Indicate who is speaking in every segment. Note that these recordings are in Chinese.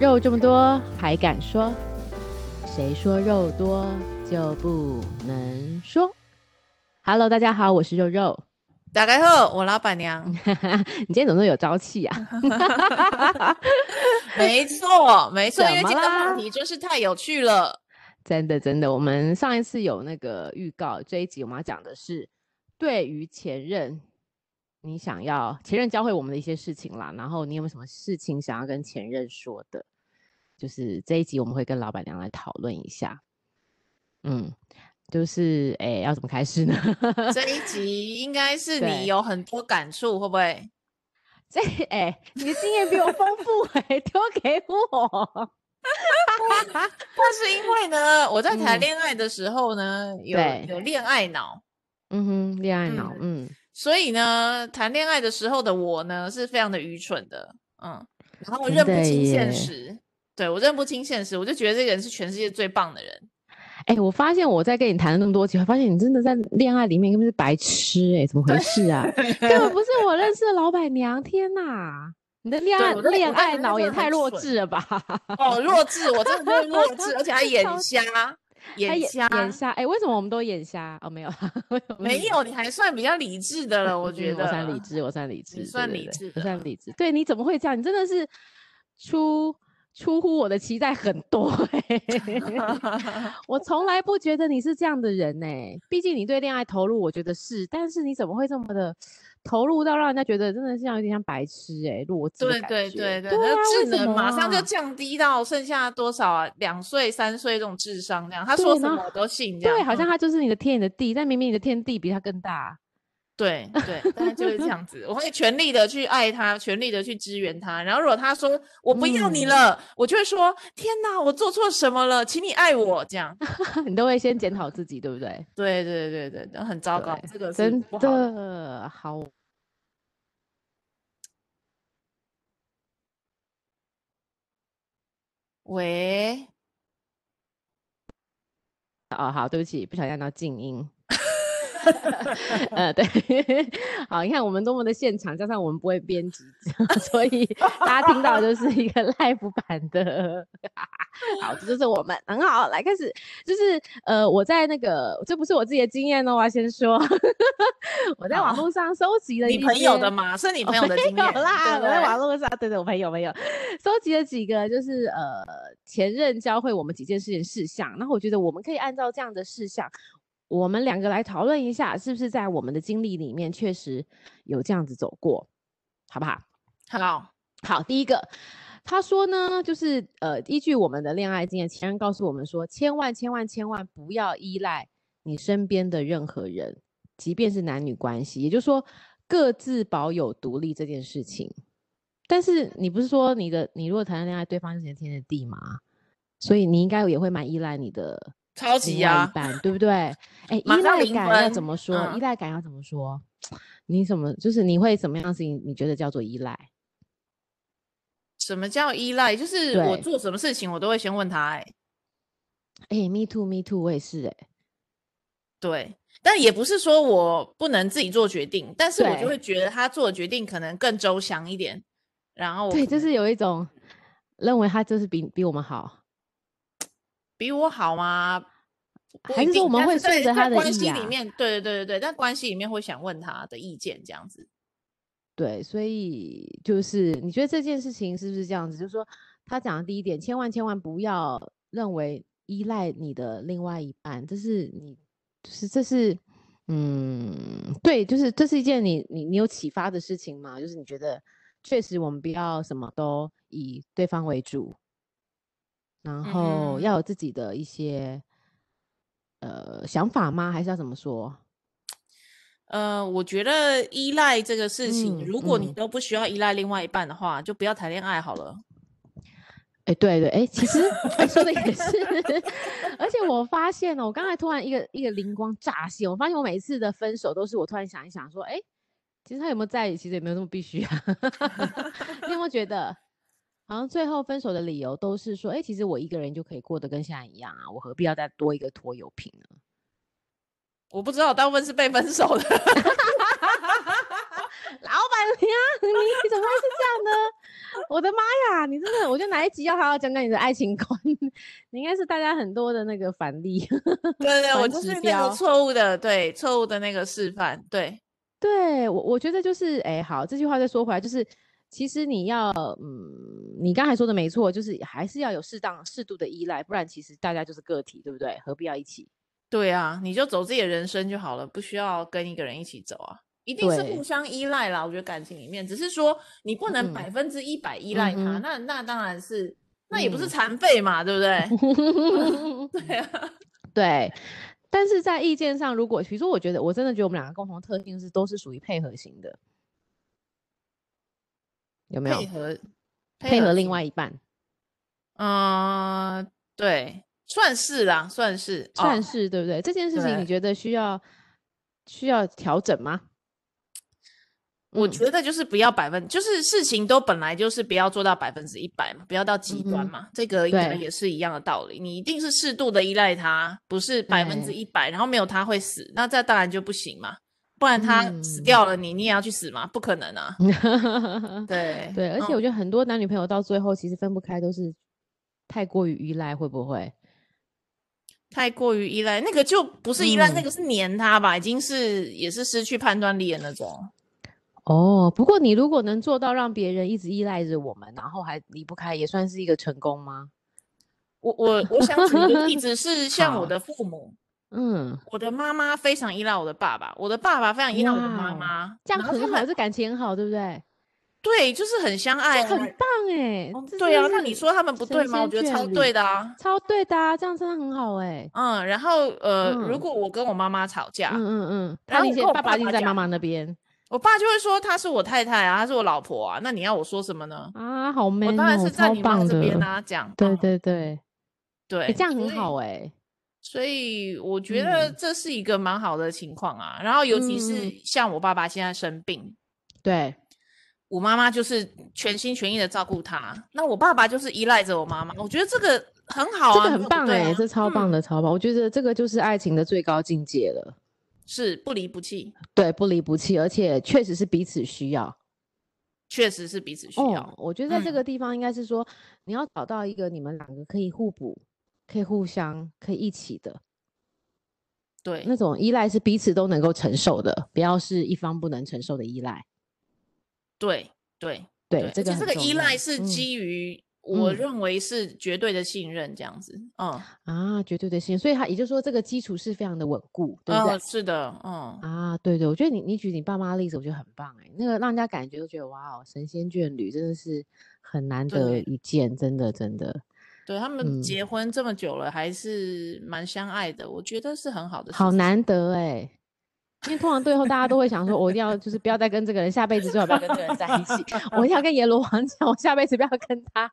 Speaker 1: 肉这么多还敢说？谁说肉多就不能说？Hello，大家好，我是肉肉。
Speaker 2: 打开后，我老板娘，
Speaker 1: 嗯你今天怎么那么有朝气啊？
Speaker 2: 没错，没错，因为
Speaker 1: 怎么
Speaker 2: 今天的话
Speaker 1: 啦
Speaker 2: 题就是太有趣 了。
Speaker 1: 真的真的，我们上一次有那个预告，这一集我们要讲的是对于前任，你想要前任教会我们的一些事情啦，然后你有没有什么事情想要跟前任说的？就是这一集我们会跟老板娘来讨论一下。嗯，就是哎、要怎么开始呢？
Speaker 2: 这一集应该是
Speaker 1: 对
Speaker 2: 你有很多感触，会不会？
Speaker 1: 这哎、你的经验比我丰富哎、丢给我。
Speaker 2: 那是因为呢，我在谈
Speaker 1: 嗯
Speaker 2: 恋爱的时候呢，有
Speaker 1: 对
Speaker 2: 有恋爱脑，
Speaker 1: 嗯哼，恋爱脑，嗯，
Speaker 2: 所以呢，谈恋爱的时候的我呢，是非常的愚蠢的，嗯，然后
Speaker 1: 真
Speaker 2: 认不
Speaker 1: 的
Speaker 2: 清
Speaker 1: 耶
Speaker 2: 现实，对我认不清现实，我就觉得这个人是全世界最棒的人。
Speaker 1: 哎、我发现我在跟你谈了那么多集，我发现你真的在恋爱里面根本是白痴哎、怎么回事 啊？根本不是我认识的老板娘，天哪！你的恋
Speaker 2: 对
Speaker 1: 爱
Speaker 2: 我在
Speaker 1: 恋
Speaker 2: 我在
Speaker 1: 爱
Speaker 2: 谈的
Speaker 1: 脑
Speaker 2: 真
Speaker 1: 也
Speaker 2: 的
Speaker 1: 太
Speaker 2: 很
Speaker 1: 弱
Speaker 2: 蠢
Speaker 1: 智了吧？
Speaker 2: 哦，弱智，我真的就是弱智，而且还眼
Speaker 1: 超
Speaker 2: 瞎，
Speaker 1: 还
Speaker 2: 眼瞎，
Speaker 1: 眼瞎哎、为什么我们都眼瞎？哦，没有啦，为什么
Speaker 2: 没
Speaker 1: 你
Speaker 2: 有，你还算比较理智的了，我觉
Speaker 1: 嗯
Speaker 2: 得。
Speaker 1: 我算理 智，我算理智，对
Speaker 2: 算
Speaker 1: 对
Speaker 2: 理
Speaker 1: 对
Speaker 2: 智
Speaker 1: 我算
Speaker 2: 的
Speaker 1: 理智。对，你怎么会这样？你真的是出出乎我的期待很多、 欸，我从来不觉得你是这样的人呢、欸毕竟你对恋爱投入，我觉得是，但是你怎么会这么的投入到让人家觉得真的像有点像白痴哎、弱智的
Speaker 2: 对
Speaker 1: 感
Speaker 2: 对
Speaker 1: 觉
Speaker 2: 对对，
Speaker 1: 对啊，
Speaker 2: 那
Speaker 1: 为
Speaker 2: 智
Speaker 1: 什
Speaker 2: 能
Speaker 1: 么
Speaker 2: 马上就
Speaker 1: 啊
Speaker 2: 降低到剩下多少啊？两岁、三岁这种智商这样，他说
Speaker 1: 对
Speaker 2: 什
Speaker 1: 然
Speaker 2: 么
Speaker 1: 后
Speaker 2: 我都信这样。
Speaker 1: 对，好像
Speaker 2: 嗯
Speaker 1: 他就是你的天，你的地，但明明你的天地比他更大。
Speaker 2: 对对，大概就是这样子。我会全力的去爱他，全力的去支援他。然后如果他说我不要你
Speaker 1: 嗯
Speaker 2: 了，我就会说天哪，我做错什么了？请你爱我这样。
Speaker 1: 你都会先检讨自己，对不对？
Speaker 2: 对对对对对，很糟糕
Speaker 1: 对，
Speaker 2: 这个是
Speaker 1: 真
Speaker 2: 不好的。
Speaker 1: 的好
Speaker 2: 喂，
Speaker 1: 哦，好，对不起，不小心按到静音。呃，对， 好，你看我们多么的现场，加上我们不会编辑， 所以大家听到就是一个 live 版的。 好，这就是我们，很好，来开始，就是呃，我在那个，这不是我自己的经验哦，我要先说， 我在网
Speaker 2: 好
Speaker 1: 络上搜集了
Speaker 2: 你
Speaker 1: 一
Speaker 2: 朋友
Speaker 1: 些
Speaker 2: 的嘛，是你
Speaker 1: 我
Speaker 2: 朋友的
Speaker 1: 哦没
Speaker 2: 经
Speaker 1: 有
Speaker 2: 验
Speaker 1: 啦，
Speaker 2: 对
Speaker 1: 我在
Speaker 2: 不对
Speaker 1: 网络上，对对，我朋友朋友收集了几个，就是呃前任教会我们几件事情事项，然后我觉得我们可以按照这样的事项，我们两个来讨论一下，是不是在我们的经历里面确实有这样子走过，好不好？
Speaker 2: 好，
Speaker 1: 好，第一个，他说呢，就是呃，依据我们的恋爱经验，前任告诉我们说，千万千万千万不要依赖你身边的任何人，即便是男女关系，也就是说，各自保有独立这件事情。但是你不是说你的，你如果谈了恋爱，对方是你的天的地吗？所以你应该也会蛮依赖你的
Speaker 2: 超
Speaker 1: 另
Speaker 2: 级
Speaker 1: 外
Speaker 2: 呀、
Speaker 1: 一半，对不对？哎、
Speaker 2: 啊 马
Speaker 1: 依
Speaker 2: 上
Speaker 1: 赖
Speaker 2: 零
Speaker 1: 感要怎
Speaker 2: 分
Speaker 1: 么说？依
Speaker 2: 嗯
Speaker 1: 赖感要怎么说？你怎么就是你会怎么样的事情？你觉得叫做依赖？
Speaker 2: 什么叫依赖？就是我
Speaker 1: 对
Speaker 2: 做什么事情，我都会先问他、欸。
Speaker 1: 哎、m e too，me too，我也是哎、
Speaker 2: 对，但也不是说我不能自己做决定，但是我
Speaker 1: 对
Speaker 2: 就会觉得他做的决定可能更周详一点。然后我
Speaker 1: 对，
Speaker 2: 哦可
Speaker 1: 就
Speaker 2: 能
Speaker 1: 是有一种认为他就是比比我们好，
Speaker 2: 比我好吗？不
Speaker 1: 还
Speaker 2: 一
Speaker 1: 是说
Speaker 2: 定
Speaker 1: 我们
Speaker 2: 但
Speaker 1: 会
Speaker 2: 是在
Speaker 1: 顺着
Speaker 2: 在
Speaker 1: 他的
Speaker 2: 关
Speaker 1: 意
Speaker 2: 系里
Speaker 1: 啊
Speaker 2: 面，对对对对对，但关系里面会想问他的意见，这样子。
Speaker 1: 对，所以就是你觉得这件事情是不是这样子？就是说他讲的第一点，千万千万不要认为依赖你的另外一半，这是你就是这是嗯，对，就是这是一件你你你有启发的事情吗？就是你觉得确实我们不要什么都以对方为主，然后
Speaker 2: 嗯
Speaker 1: 要有自己的一些呃想法吗？还是要怎么说？
Speaker 2: 呃，我觉得依赖这个事情，
Speaker 1: 嗯
Speaker 2: 如果你
Speaker 1: 嗯
Speaker 2: 都不需要依赖另外一半的话，就不要谈恋爱好了。
Speaker 1: 哎、对对，哎、其实哎、说的也是， 而且我发现哦，我刚才突然一个一个灵光乍现，我发现我每次的分手都是我突然想一想说，哎、其实他有没有在一起，其实也没有那么必须啊。 你有没有觉得，好像最后分手的理由都是说，哎、其实我一个人就可以过得跟现在一样啊，我何必要再多一个拖油瓶呢？
Speaker 2: 我不知道，我大部分是被分手的。
Speaker 1: 老板娘，你怎么会是这样呢？我的妈呀！你真的，我觉得哪一集要好好讲讲你的爱情观？ 你应该是大家很多的那个反例。
Speaker 2: 对对，我
Speaker 1: 反
Speaker 2: 就
Speaker 1: 指
Speaker 2: 是那
Speaker 1: 标
Speaker 2: 个错误的，对错误的那个示范，对
Speaker 1: 对我，我觉得就是，哎，好，这句话再说回来，就是其实你要，嗯，你刚才说的没错，就是还是要有适当、适度的依赖，不然其实大家就是个体，对不对？何必要一起？
Speaker 2: 对啊，你就走自己的人生就好了，不需要跟一个人一起走啊。一定是
Speaker 1: 对
Speaker 2: 互相依赖啦，我觉得感情里面，只是说你不能
Speaker 1: 嗯
Speaker 2: 百分之一百依赖他，
Speaker 1: 嗯哼
Speaker 2: 那那当然是，那也不是
Speaker 1: 嗯
Speaker 2: 残废嘛，对不对？对 啊，
Speaker 1: 对，但是在意见上，如果比如说，我觉得我真的觉得我们两个共同特性是都是属于配合型的，有没有
Speaker 2: 配合
Speaker 1: 配合另
Speaker 2: 型
Speaker 1: 外一半？
Speaker 2: 嗯，对，算是啦，算是，哦
Speaker 1: 算是、对不对？这件事情你
Speaker 2: 对
Speaker 1: 觉得需要需要调整吗？
Speaker 2: 我
Speaker 1: 嗯
Speaker 2: 觉得就是不要百分，就是事情都本来就是不要做到百分之一百嘛，不要到极端
Speaker 1: 嗯哼
Speaker 2: 嘛，这个应该
Speaker 1: 对
Speaker 2: 也是一样的道理。你一定是适度的依赖他，不是百分之
Speaker 1: 对
Speaker 2: 一百，然后没有他会死，那这当然就不行嘛，不然他死
Speaker 1: 嗯
Speaker 2: 掉了你，你也要去死嘛，不可能啊。对
Speaker 1: 对，而且我觉得很多男女朋友到最后其实分不开，都是太过于依赖，会不会？
Speaker 2: 太过于依赖，那个就不是依赖，那
Speaker 1: 嗯
Speaker 2: 个是黏他吧，已经是也是失去判断力的那种。
Speaker 1: 哦，不过你如果能做到让别人一直依赖着我们，然后还离不开，也算是一个成功吗？
Speaker 2: 我我我想举的例子是像
Speaker 1: 好
Speaker 2: 我的父母，
Speaker 1: 嗯，
Speaker 2: 我的妈妈非常依赖我的爸爸，我的爸爸非常依赖我的
Speaker 1: 哇
Speaker 2: 妈
Speaker 1: 哦
Speaker 2: 妈，
Speaker 1: 这样
Speaker 2: 然后他
Speaker 1: 很好，
Speaker 2: 们
Speaker 1: 这感情很好，对不对？
Speaker 2: 对，就是很相爱
Speaker 1: 这很
Speaker 2: 啊，
Speaker 1: 棒哎、
Speaker 2: 哦
Speaker 1: 这
Speaker 2: 对啊，
Speaker 1: 真
Speaker 2: 那
Speaker 1: 是
Speaker 2: 你说他们不
Speaker 1: 神
Speaker 2: 对吗？我
Speaker 1: 仙
Speaker 2: 觉得超
Speaker 1: 眷侣
Speaker 2: 对的啊，
Speaker 1: 超对的、啊，这样真的很好哎、
Speaker 2: 嗯，然后呃，如
Speaker 1: 嗯
Speaker 2: 果我跟我妈妈吵架，
Speaker 1: 嗯嗯嗯，
Speaker 2: 啊然
Speaker 1: 他
Speaker 2: 后
Speaker 1: 已
Speaker 2: 我
Speaker 1: 经
Speaker 2: 跟我
Speaker 1: 爸
Speaker 2: 爸
Speaker 1: 爸已经
Speaker 2: 爸
Speaker 1: 在妈
Speaker 2: 讲
Speaker 1: 妈那边
Speaker 2: 我爸就会说她是我太太啊，她是我老婆啊，那你要我说什么呢？
Speaker 1: 啊，好
Speaker 2: 我
Speaker 1: man
Speaker 2: 当然
Speaker 1: 哦
Speaker 2: 是
Speaker 1: 超
Speaker 2: 站你妈
Speaker 1: 棒
Speaker 2: 这
Speaker 1: 的，
Speaker 2: 边啊，讲
Speaker 1: 对
Speaker 2: 嗯
Speaker 1: 对对，
Speaker 2: 对、
Speaker 1: 哎、这样很
Speaker 2: 所以
Speaker 1: 好哎、
Speaker 2: 所以我觉得
Speaker 1: 嗯
Speaker 2: 这是一个蛮好的情况啊。然后尤
Speaker 1: 嗯
Speaker 2: 其
Speaker 1: 嗯
Speaker 2: 是像我爸爸现在生病，
Speaker 1: 对，
Speaker 2: 我妈妈就是全心全意的照顾他，那我爸爸就是依赖着我妈妈。我觉得这个很好
Speaker 1: 这
Speaker 2: 啊，
Speaker 1: 个
Speaker 2: 没有
Speaker 1: 很
Speaker 2: 不
Speaker 1: 棒
Speaker 2: 对
Speaker 1: 哎、
Speaker 2: 啊
Speaker 1: 这超棒
Speaker 2: 嗯
Speaker 1: 的，超棒！我觉得这个就是爱情的最高境界了，
Speaker 2: 是不离不弃，
Speaker 1: 对，不离不弃，而且确实是彼此需要。
Speaker 2: 确实是彼此需要。
Speaker 1: 哦，我觉得在这
Speaker 2: 嗯
Speaker 1: 个地方应该是说，你要找到一个你们两个可以互补、可以互相、可以一起的
Speaker 2: 对
Speaker 1: 那种依赖，是彼此都能够承受的，不要是一方不能承受的依赖。
Speaker 2: 对对
Speaker 1: 对，
Speaker 2: 对，
Speaker 1: 这个
Speaker 2: 而且这
Speaker 1: 很
Speaker 2: 个
Speaker 1: 重
Speaker 2: 依
Speaker 1: 要
Speaker 2: 赖是
Speaker 1: 嗯
Speaker 2: 基于我
Speaker 1: 嗯
Speaker 2: 认为是绝对的信任，这样子。嗯
Speaker 1: 啊，绝对的信任，所以他也就是说，这个基础是非常的稳固，对不对？
Speaker 2: 嗯，是的，嗯
Speaker 1: 啊，对对，我觉得你你举你爸妈的例子，我觉得很棒哎、那个让人家感觉都觉得哇哦，神仙眷侣真的是很难得
Speaker 2: 对
Speaker 1: 一见，真的真的
Speaker 2: 对，他们
Speaker 1: 嗯
Speaker 2: 结婚这么久了，还是蛮相爱的，我觉得是很好的事
Speaker 1: 好
Speaker 2: 情。
Speaker 1: 难得哎、因为通常最后大家都会想说，我一定要就是不要再跟这个人，下辈子最好不要跟这个人在一 起，我一定要跟阎罗王讲，我下辈子不要跟他。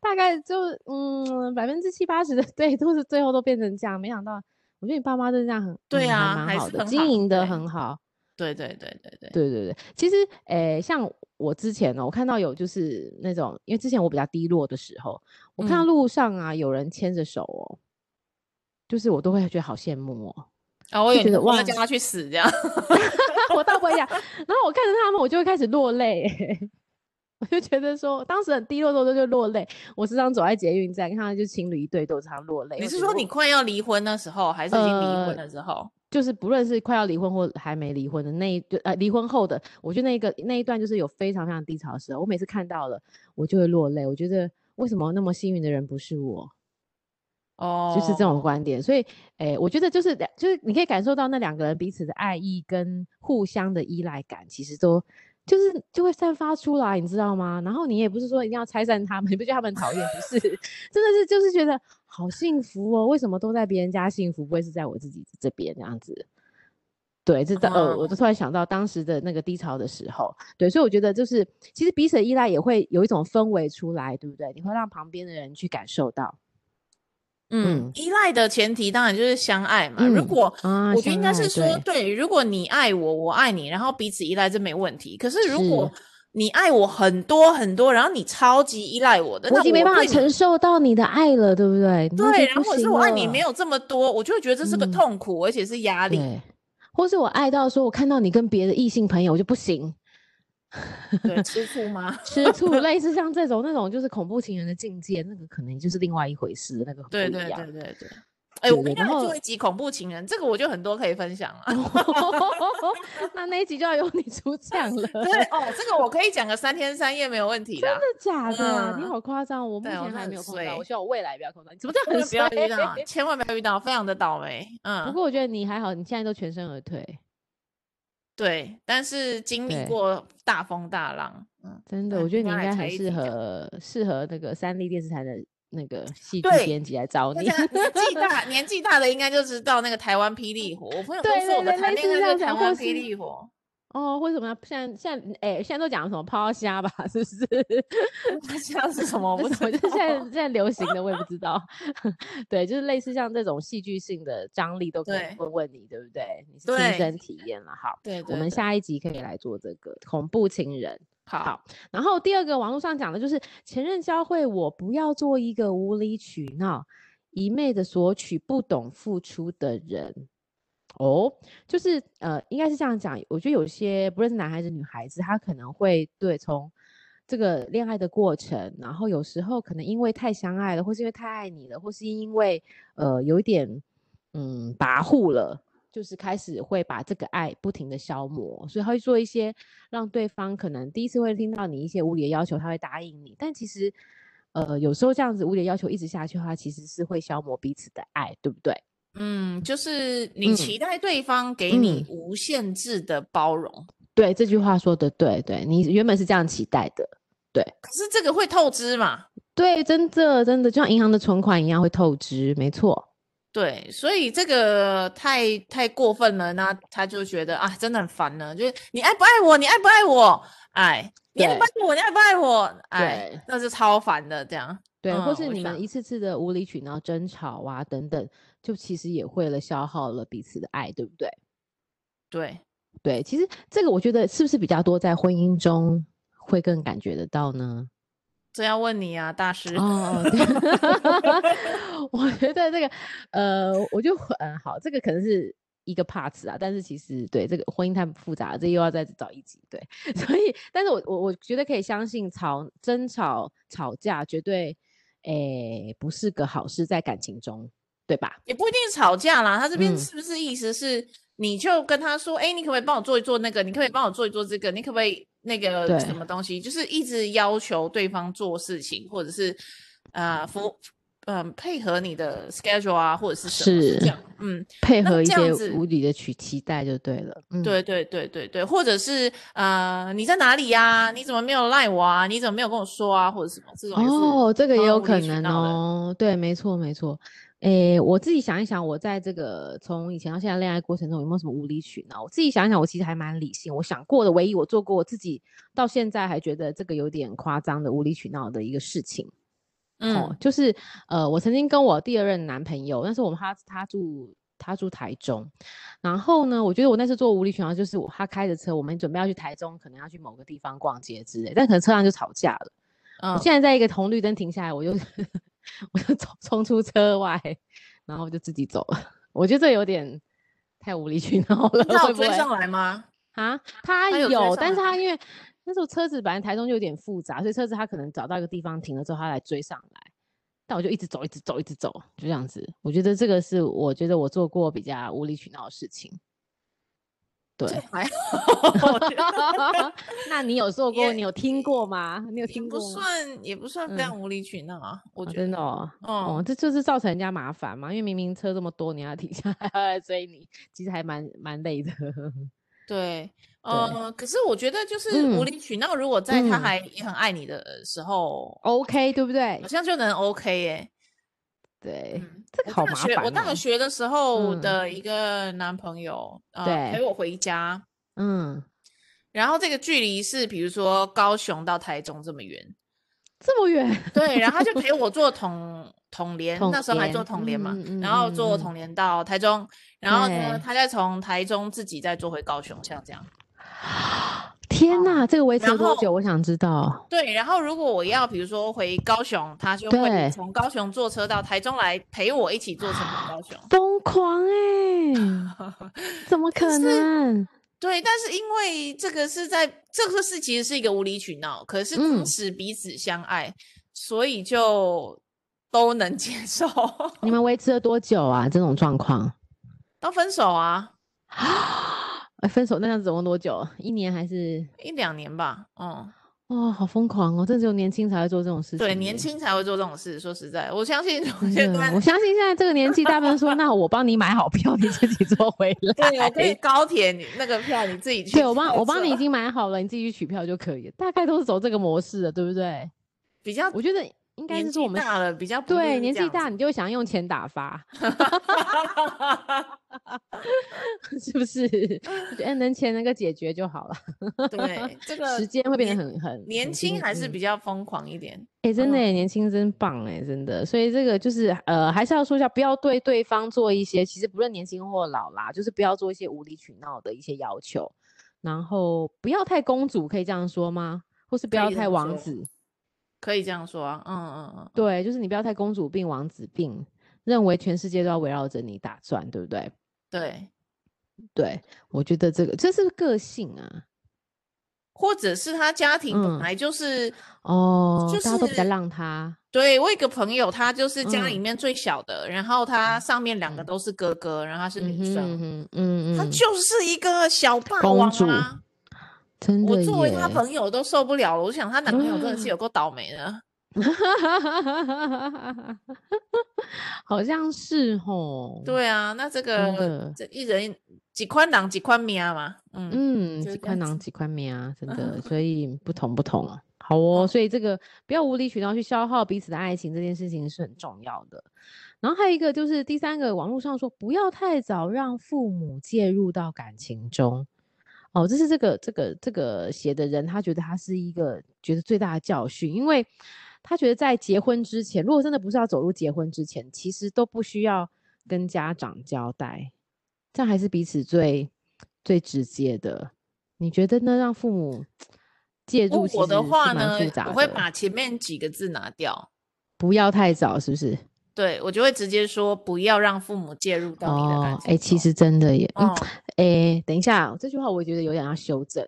Speaker 1: 大概就嗯百分之七八十的对，都是最后都变成这样。没想到，我觉得你爸妈真的这样很
Speaker 2: 对
Speaker 1: 嗯还
Speaker 2: 啊还
Speaker 1: 蛮好
Speaker 2: 是
Speaker 1: 的，
Speaker 2: 很
Speaker 1: 经
Speaker 2: 好
Speaker 1: 营的
Speaker 2: 对
Speaker 1: 很好。
Speaker 2: 对对对对对，
Speaker 1: 对对对，其实诶，像我之前哦呢、我看到有就是那种，因为之前我比较低落的时候，我看到
Speaker 2: 嗯
Speaker 1: 路上啊有人牵着手哦，就是我都会觉得好羡慕哦。
Speaker 2: 啊，我
Speaker 1: 就
Speaker 2: 有
Speaker 1: 觉得
Speaker 2: 我
Speaker 1: 哇
Speaker 2: 要叫他去死这样。
Speaker 1: 我倒不会讲，然后我看着他们，我就会开始落泪 欸、我就觉得说，当时很低落的时候就落泪。我时常走在捷运站，看到就情侣一对都常落泪。
Speaker 2: 你
Speaker 1: 我
Speaker 2: 是
Speaker 1: 觉得
Speaker 2: 说你
Speaker 1: 我
Speaker 2: 快要离婚的时候，还是已经离
Speaker 1: 呃
Speaker 2: 婚的时候？
Speaker 1: 就是不论是快要离婚或还没离婚的那一对，呃，离婚后的，我觉得那个那一段就是有非常非常低潮的时候，我每次看到了，我就会落泪。我觉得为什么那么幸运的人不是我，
Speaker 2: 哦，
Speaker 1: 就是这种观点。所以，诶、我觉得就是两就是你可以感受到那两个人彼此的爱意跟互相的依赖感，其实都。就是就会散发出来，你知道吗？然后你也不是说一定要拆散他们，你不 觉得他们很讨厌？不是，真的是就是觉得好幸福哦，为什么都在别人家幸福，不会是在我自己这边这样子？对，这这
Speaker 2: 啊
Speaker 1: 呃，我就突然想到当时的那个低潮的时候，对，所以我觉得就是其实彼此的依赖也会有一种氛围出来，对不对？你会让旁边的人去感受到
Speaker 2: 嗯
Speaker 1: 嗯，
Speaker 2: 依赖的前提当然就是相爱嘛。如
Speaker 1: 嗯
Speaker 2: 果
Speaker 1: 啊，
Speaker 2: 我觉得
Speaker 1: 相
Speaker 2: 应该是
Speaker 1: 爱
Speaker 2: 说，对，如果你爱我，我爱你，然后彼此依赖，这没问题。可是如果你爱我很多很多，然后你超级依赖我的，
Speaker 1: 对我
Speaker 2: 那
Speaker 1: 已经没办法
Speaker 2: 对你
Speaker 1: 承受到你的爱了，对不对？你会觉
Speaker 2: 对，
Speaker 1: 得
Speaker 2: 然
Speaker 1: 不
Speaker 2: 后或者是
Speaker 1: 行
Speaker 2: 我哎爱你
Speaker 1: 了
Speaker 2: 没有这么多，我就会觉得这是个
Speaker 1: 嗯
Speaker 2: 痛苦，而且是压力。
Speaker 1: 对，或是我爱到说，我看到你跟别的异性朋友，我就不行。
Speaker 2: 对，吃醋吗？
Speaker 1: 吃醋，类似像这种那种就是恐怖情人的境界，那个可能就是另外一回事，那个不
Speaker 2: 对
Speaker 1: 一
Speaker 2: 对
Speaker 1: 样。
Speaker 2: 对对对。
Speaker 1: 对
Speaker 2: 哎，我
Speaker 1: 对
Speaker 2: 应该
Speaker 1: 然后
Speaker 2: 做一集恐怖情人，这个我就很多可以分 享了。
Speaker 1: 那那一集就要由你出场了，真
Speaker 2: 对哦，这个我可以讲个三天三夜没有问 题的。
Speaker 1: 的假的啊？你
Speaker 2: 嗯
Speaker 1: 好夸张，我目
Speaker 2: 对
Speaker 1: 前
Speaker 2: 我真的
Speaker 1: 还没
Speaker 2: 很
Speaker 1: 有碰到，
Speaker 2: 衰
Speaker 1: 我希望我未来不要碰到。你怎么这
Speaker 2: 千
Speaker 1: 样
Speaker 2: 万
Speaker 1: 很
Speaker 2: 不要遇 到，
Speaker 1: 衰
Speaker 2: 千万不要遇到，非常的倒霉。
Speaker 1: 不
Speaker 2: 嗯，
Speaker 1: 过我觉得你还好，你现在都全身而退，
Speaker 2: 对，但是经历
Speaker 1: 对
Speaker 2: 过大风大浪，嗯，
Speaker 1: 真的，
Speaker 2: 对
Speaker 1: 我觉得你
Speaker 2: 刚
Speaker 1: 应该
Speaker 2: 才才
Speaker 1: 很
Speaker 2: 一
Speaker 1: 适
Speaker 2: 集讲
Speaker 1: 合适合那个三立电视台的那个戏剧
Speaker 2: 对
Speaker 1: 编辑来找
Speaker 2: 大
Speaker 1: 你。
Speaker 2: 家年纪大，年纪大的应该就知道那个台湾霹雳火。我朋友都
Speaker 1: 对
Speaker 2: 说
Speaker 1: 对
Speaker 2: 我的
Speaker 1: 对
Speaker 2: 谈
Speaker 1: 类
Speaker 2: 恋
Speaker 1: 似这
Speaker 2: 爱
Speaker 1: 样
Speaker 2: 就是
Speaker 1: 子
Speaker 2: 台
Speaker 1: 啊
Speaker 2: 湾
Speaker 1: 或
Speaker 2: 霹
Speaker 1: 是
Speaker 2: 雳火，
Speaker 1: 哦，为什么要现在现在哎、现在都讲什么抛虾吧，是不是？
Speaker 2: 像是什么？我不
Speaker 1: 为什么
Speaker 2: 知
Speaker 1: 就
Speaker 2: 道
Speaker 1: 是现在现在流行的我也不知 道。 对，就是类似像这种戏剧性的张力都可以
Speaker 2: 对
Speaker 1: 问问你，对不对？你是
Speaker 2: 对
Speaker 1: 亲身体验了，好，
Speaker 2: 对对
Speaker 1: 我们
Speaker 2: 对
Speaker 1: 下一集可以来做这个恐怖情人。
Speaker 2: 好，
Speaker 1: 然后第二个网络上讲的就是前任教会我不要做一个无理取闹、一昧的索取、不懂付出的人。哦，就是呃，应该是这样讲。我觉得有些不论是男孩子、女孩子，他可能会对从这个恋爱的过程，然后有时候可能因为太相爱了，或是因为太爱你了，或是因为呃有一点嗯跋扈了，就是开始会把这个爱不停的消磨，所以他会做一些让对方可能第一次会听到你一些无理的要求，他会答应你，但其实呃有时候这样子无理的要求一直下去的话，其实是会消磨彼此的爱，对不对？
Speaker 2: 嗯，就是
Speaker 1: 嗯
Speaker 2: 你期待对方给你
Speaker 1: 嗯
Speaker 2: 无限制的包容，
Speaker 1: 对，这句话说的对，对你原本是这样期待的，
Speaker 2: 可是这个会透支嘛？
Speaker 1: 对，真的真的就像银行的存款一样会透支，没错。
Speaker 2: 对，所以这个太太过分了，那他就觉得啊，真的很烦呢。就是你爱不爱我？你爱不爱我？哎，你爱不爱我？你爱不爱我？哎
Speaker 1: 对，
Speaker 2: 那是超烦的，这样。
Speaker 1: 对，或
Speaker 2: 嗯
Speaker 1: 是
Speaker 2: 我
Speaker 1: 你
Speaker 2: 想
Speaker 1: 们一次次的无理取闹、争吵啊等等，就其实也会了消耗了彼此的爱，对不对？
Speaker 2: 对，
Speaker 1: 对，其实这个我觉得是不是比较多在婚姻中会更感觉得到呢？
Speaker 2: 这要问你啊，大师。
Speaker 1: 哦，对 我觉得这个，呃，我就嗯、呃好，这个可能是一个 parts 啊，但是其实对这个婚姻太复杂了，这又要再找一集，对， 所以，但是我我我觉得可以相信吵争吵吵架绝对，诶，不是个好事，在感情中，对吧？
Speaker 2: 也不一定是吵架啦，他这边
Speaker 1: 嗯
Speaker 2: 是不是意思是，你就跟他说，哎、你可不可以帮我做一做那个？你可不可以帮我做一做这个？你可不可以那个什
Speaker 1: 对
Speaker 2: 么东西？就是一直要求对方做事情，或者是呃服嗯、配合你的 schedule 啊，或者是什么？这
Speaker 1: 是
Speaker 2: 样，嗯，
Speaker 1: 配
Speaker 2: 那
Speaker 1: 合一
Speaker 2: 这样
Speaker 1: 些
Speaker 2: 子
Speaker 1: 无理的取期待就对了，嗯，
Speaker 2: 对对对对对，或者是呃你在哪里呀、你怎么没有赖我啊？你怎么没有跟我说啊？或者什么这种也是
Speaker 1: 哦，这个也
Speaker 2: 超
Speaker 1: 有
Speaker 2: 无理
Speaker 1: 可
Speaker 2: 取
Speaker 1: 能
Speaker 2: 闹的
Speaker 1: 哦。对，没错，没错。诶，我自己想一想，我在这个从以前到现在恋爱过程中有没有什么无理取闹？我自己想一想，我其实还蛮理性。我想过的唯一我做过我自己到现在还觉得这个有点夸张的无理取闹的一个事情，
Speaker 2: 嗯、
Speaker 1: 哦，就是呃，我曾经跟我第二任男朋友，那时候我们他他住他住台中，然后呢，我觉得我那次做无理取闹，就是我他开着车，我们准备要去台中，可能要去某个地方逛街之类，但可能车上就吵架了。我
Speaker 2: 嗯，
Speaker 1: 现在在一个红绿灯停下来，我就 我就冲冲出车外，然后我就自己走了。 我觉得这有点太无理取闹了，
Speaker 2: 那
Speaker 1: 会
Speaker 2: 我
Speaker 1: 不
Speaker 2: 追
Speaker 1: 会
Speaker 2: 上来吗？
Speaker 1: 啊？他
Speaker 2: 他有
Speaker 1: 有，
Speaker 2: 追上
Speaker 1: 但是
Speaker 2: 来
Speaker 1: 他因为那时候车子本来台中就有点复杂，所以车子他可能找到一个地方停了之后，他来追上来。但我就一直走，一直走，一直走，就这样子。我觉得这个是我觉得我做过比较无理取闹的事情。对，
Speaker 2: 这还好，我觉得
Speaker 1: 那你有做过？
Speaker 2: 也
Speaker 1: 你有听过吗？你有
Speaker 2: 也
Speaker 1: 听
Speaker 2: 不
Speaker 1: 过吗？
Speaker 2: 算，也不算非
Speaker 1: 嗯
Speaker 2: 常无理取闹啊，我
Speaker 1: 啊
Speaker 2: 觉
Speaker 1: 真
Speaker 2: 得，
Speaker 1: 的哦，哦，
Speaker 2: 嗯，
Speaker 1: 这就是造成人家麻烦嘛，因为明明车这么多，你要停下来还要来 追你，其实还蛮蛮累的。
Speaker 2: 对，呃，可是我觉得就是
Speaker 1: 嗯
Speaker 2: 无理取闹，如果在他
Speaker 1: 嗯
Speaker 2: 还也很爱你的时候，
Speaker 1: OK，对不对
Speaker 2: 好？像就能 OK 耶。
Speaker 1: 对，
Speaker 2: 嗯，
Speaker 1: 这
Speaker 2: 我
Speaker 1: 个好
Speaker 2: 大
Speaker 1: 麻
Speaker 2: 学
Speaker 1: 烦
Speaker 2: 我大
Speaker 1: 哦。
Speaker 2: 学的时候
Speaker 1: 嗯
Speaker 2: 的一个男朋友，呃，陪
Speaker 1: 对
Speaker 2: 我回家，
Speaker 1: 嗯，
Speaker 2: 然后这个距离是比如说高雄到台中这 么远，
Speaker 1: 这么远，
Speaker 2: 对，然后他就陪我坐统统联，
Speaker 1: 统
Speaker 2: 那时候还做
Speaker 1: 联
Speaker 2: 统联嘛，
Speaker 1: 嗯嗯
Speaker 2: 然后坐
Speaker 1: 嗯嗯
Speaker 2: 统联到台中，然后呢，
Speaker 1: 对
Speaker 2: 他再从台中自己再坐回高雄，像这样。
Speaker 1: 天哪，这个维持
Speaker 2: 然
Speaker 1: 了多
Speaker 2: 后
Speaker 1: 久？我想知道。
Speaker 2: 对，然后如果我要比如说回高雄，他就会
Speaker 1: 对
Speaker 2: 从高雄坐车到台中来陪我一
Speaker 1: 啊
Speaker 2: 起坐车回高雄。
Speaker 1: 欸疯狂哎、怎么可
Speaker 2: 是
Speaker 1: 能？
Speaker 2: 对，但是因为这个是在这个是其实是一个无理取闹，可是
Speaker 1: 嗯
Speaker 2: 同时彼此相爱，所以就都能接受，
Speaker 1: 你
Speaker 2: 哦
Speaker 1: 们维持了多久啊？这种状况，
Speaker 2: 到分手啊，
Speaker 1: 哎，分手那样子总共多久？一年还是？
Speaker 2: 一两年吧，嗯。
Speaker 1: 哦，好疯狂哦！这只有年轻才会做这种事情。
Speaker 2: 对，年。轻才会做这种事。说实在，我相信我
Speaker 1: 真
Speaker 2: 现
Speaker 1: 的，
Speaker 2: 在
Speaker 1: 嗯我相信现在这个年纪，大部分说那我帮你买好票，你自己坐回来。
Speaker 2: 对，我可以高铁你那个票你自己去。
Speaker 1: 对我帮我帮你已，经买好了，你自己去取票就可以了。大概都是走这个模式的，对不对？
Speaker 2: 比较
Speaker 1: 我觉得应该
Speaker 2: 年
Speaker 1: 是说
Speaker 2: 纪
Speaker 1: 我们
Speaker 2: 大了，比较不
Speaker 1: 对
Speaker 2: 是
Speaker 1: 年
Speaker 2: 这
Speaker 1: 纪
Speaker 2: 样
Speaker 1: 大，你就会想用钱打发， 是
Speaker 2: 子。
Speaker 1: 不 是？就觉得哎能钱能够解决就好了，
Speaker 2: 对， 这个
Speaker 1: 时间会变得
Speaker 2: 年
Speaker 1: 很很
Speaker 2: 年
Speaker 1: 很
Speaker 2: 轻还是
Speaker 1: 嗯
Speaker 2: 比较疯狂一点。
Speaker 1: 哎、真的、
Speaker 2: 嗯
Speaker 1: 欸，年轻真棒哎、真的。所以这个就是呃，还是要说一下，不要对对方做一些，其实不论年轻或老啦，就是不要做一些无理取闹的一些要求，然后不要太公主，可以这样说吗？或是不
Speaker 2: 可
Speaker 1: 要
Speaker 2: 以这
Speaker 1: 太
Speaker 2: 么
Speaker 1: 王
Speaker 2: 说嗯
Speaker 1: 子，
Speaker 2: 可以这样说啊，嗯嗯嗯，
Speaker 1: 对，就是你不要太公主病、王子病，认为全世界都要围绕着你打转，对不对？
Speaker 2: 对，
Speaker 1: 对，我觉得这个这是个性啊，
Speaker 2: 或者是他家
Speaker 1: 嗯
Speaker 2: 庭本来就是，
Speaker 1: 哦，
Speaker 2: 就
Speaker 1: 大家都比较
Speaker 2: 是
Speaker 1: 让他，
Speaker 2: 对我有一个朋友，他就是家里
Speaker 1: 嗯
Speaker 2: 面最小的，然后他上面两个
Speaker 1: 嗯
Speaker 2: 都是哥哥，然后他是
Speaker 1: 嗯
Speaker 2: 女
Speaker 1: 哼
Speaker 2: 生，
Speaker 1: 嗯哼嗯嗯，
Speaker 2: 他就是一个小霸
Speaker 1: 公
Speaker 2: 王
Speaker 1: 主
Speaker 2: 啊。
Speaker 1: 真的
Speaker 2: 我作为她
Speaker 1: 耶
Speaker 2: 朋友都受不了了，我想她男朋友真的是
Speaker 1: 啊
Speaker 2: 有够倒霉的。
Speaker 1: 好像是吼。，
Speaker 2: 对啊，那这
Speaker 1: 真
Speaker 2: 个
Speaker 1: 的
Speaker 2: 这一人几宽囊几宽面嘛，嗯，
Speaker 1: 嗯，
Speaker 2: 就是
Speaker 1: 几
Speaker 2: 这
Speaker 1: 块
Speaker 2: 样
Speaker 1: 囊
Speaker 2: 子嗯
Speaker 1: 几块面啊，真的，所以不同不同。好哦，
Speaker 2: 好
Speaker 1: 所以这个不要无理取闹去消耗彼此的爱情，这件事情是很重要的。然后还有一个就是第三个，网络上说不要太早让父母介入到感情中。哦，这是这个这个这个写的人，他觉得他是一个觉得最大的教训，因为他觉得在结婚之前，如果真的不是要走入结婚之前，其实都不需要跟家长交代，这样还是彼此最最直接的。你觉得呢？让父母介
Speaker 2: 如
Speaker 1: 入，
Speaker 2: 我的话呢
Speaker 1: 复杂，
Speaker 2: 我会
Speaker 1: 的
Speaker 2: 把前面几个字拿掉，
Speaker 1: 不要太早，是不是？
Speaker 2: 对我就会直接说不要让父母介入到你的感
Speaker 1: 哦
Speaker 2: 情，中。
Speaker 1: 哎、其实真的也，嗯，
Speaker 2: 哦，
Speaker 1: 诶，等一下，哦这句话我觉得有点要修正，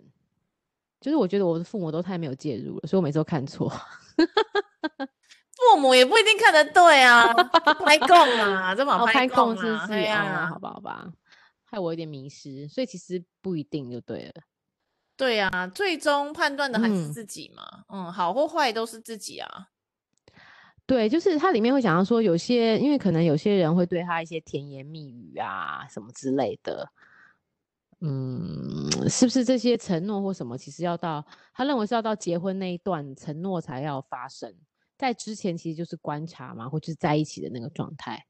Speaker 1: 就是我觉得我的父母都太没有介入了，所以我每次都看错。
Speaker 2: 父母也不一定看得对啊，拍供啊，这么
Speaker 1: 哦，拍
Speaker 2: 供
Speaker 1: 控是不
Speaker 2: 啊，
Speaker 1: 是？
Speaker 2: 对
Speaker 1: 哦，
Speaker 2: 啊
Speaker 1: 好，吧，好吧，害我有点迷失，所以其实不一定就对了。
Speaker 2: 对啊，最终判断的还是
Speaker 1: 嗯
Speaker 2: 自己嘛，嗯，好或坏都是自己啊，
Speaker 1: 对，就是它里面会讲到说，有些因为可能有些人会对他一些甜言蜜语啊什么之类的，嗯，是不是这些承诺或什么，其实要到他认为是要到结婚那一段承诺才要发生，在之前其实就是观察嘛，或就是在一起的那个状态。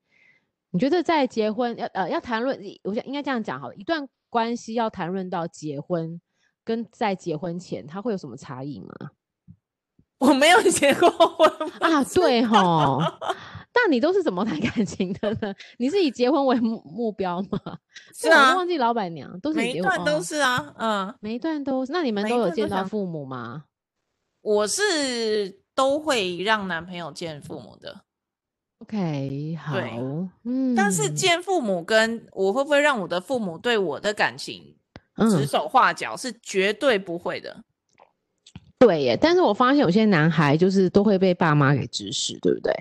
Speaker 1: 你觉得在结婚要呃要谈论，我想应该这样讲好了，一段关系要谈论到结婚，跟在结婚前，它会有什么差异吗？
Speaker 2: 我没有结过婚
Speaker 1: 啊，对吼， 那你都是怎么谈感情的呢？你是以结婚为目目标吗？
Speaker 2: 是
Speaker 1: 哎我
Speaker 2: 啊，
Speaker 1: 忘记老板娘都是以
Speaker 2: 每一
Speaker 1: 结婚
Speaker 2: 段都、
Speaker 1: 哦
Speaker 2: 是啊，嗯，
Speaker 1: 每一段都是。那你们
Speaker 2: 每
Speaker 1: 都
Speaker 2: 一
Speaker 1: 有
Speaker 2: 段都
Speaker 1: 见到
Speaker 2: 想
Speaker 1: 父母吗？
Speaker 2: 我是都会让男朋友见父母的，
Speaker 1: OK，好，嗯，
Speaker 2: 但是见父母跟我会不会让我的父母对我的感情指
Speaker 1: 嗯，
Speaker 2: 手画脚是绝对不会的。
Speaker 1: 对耶。但是我发现有些男孩就是都会被爸妈给指使，对不对？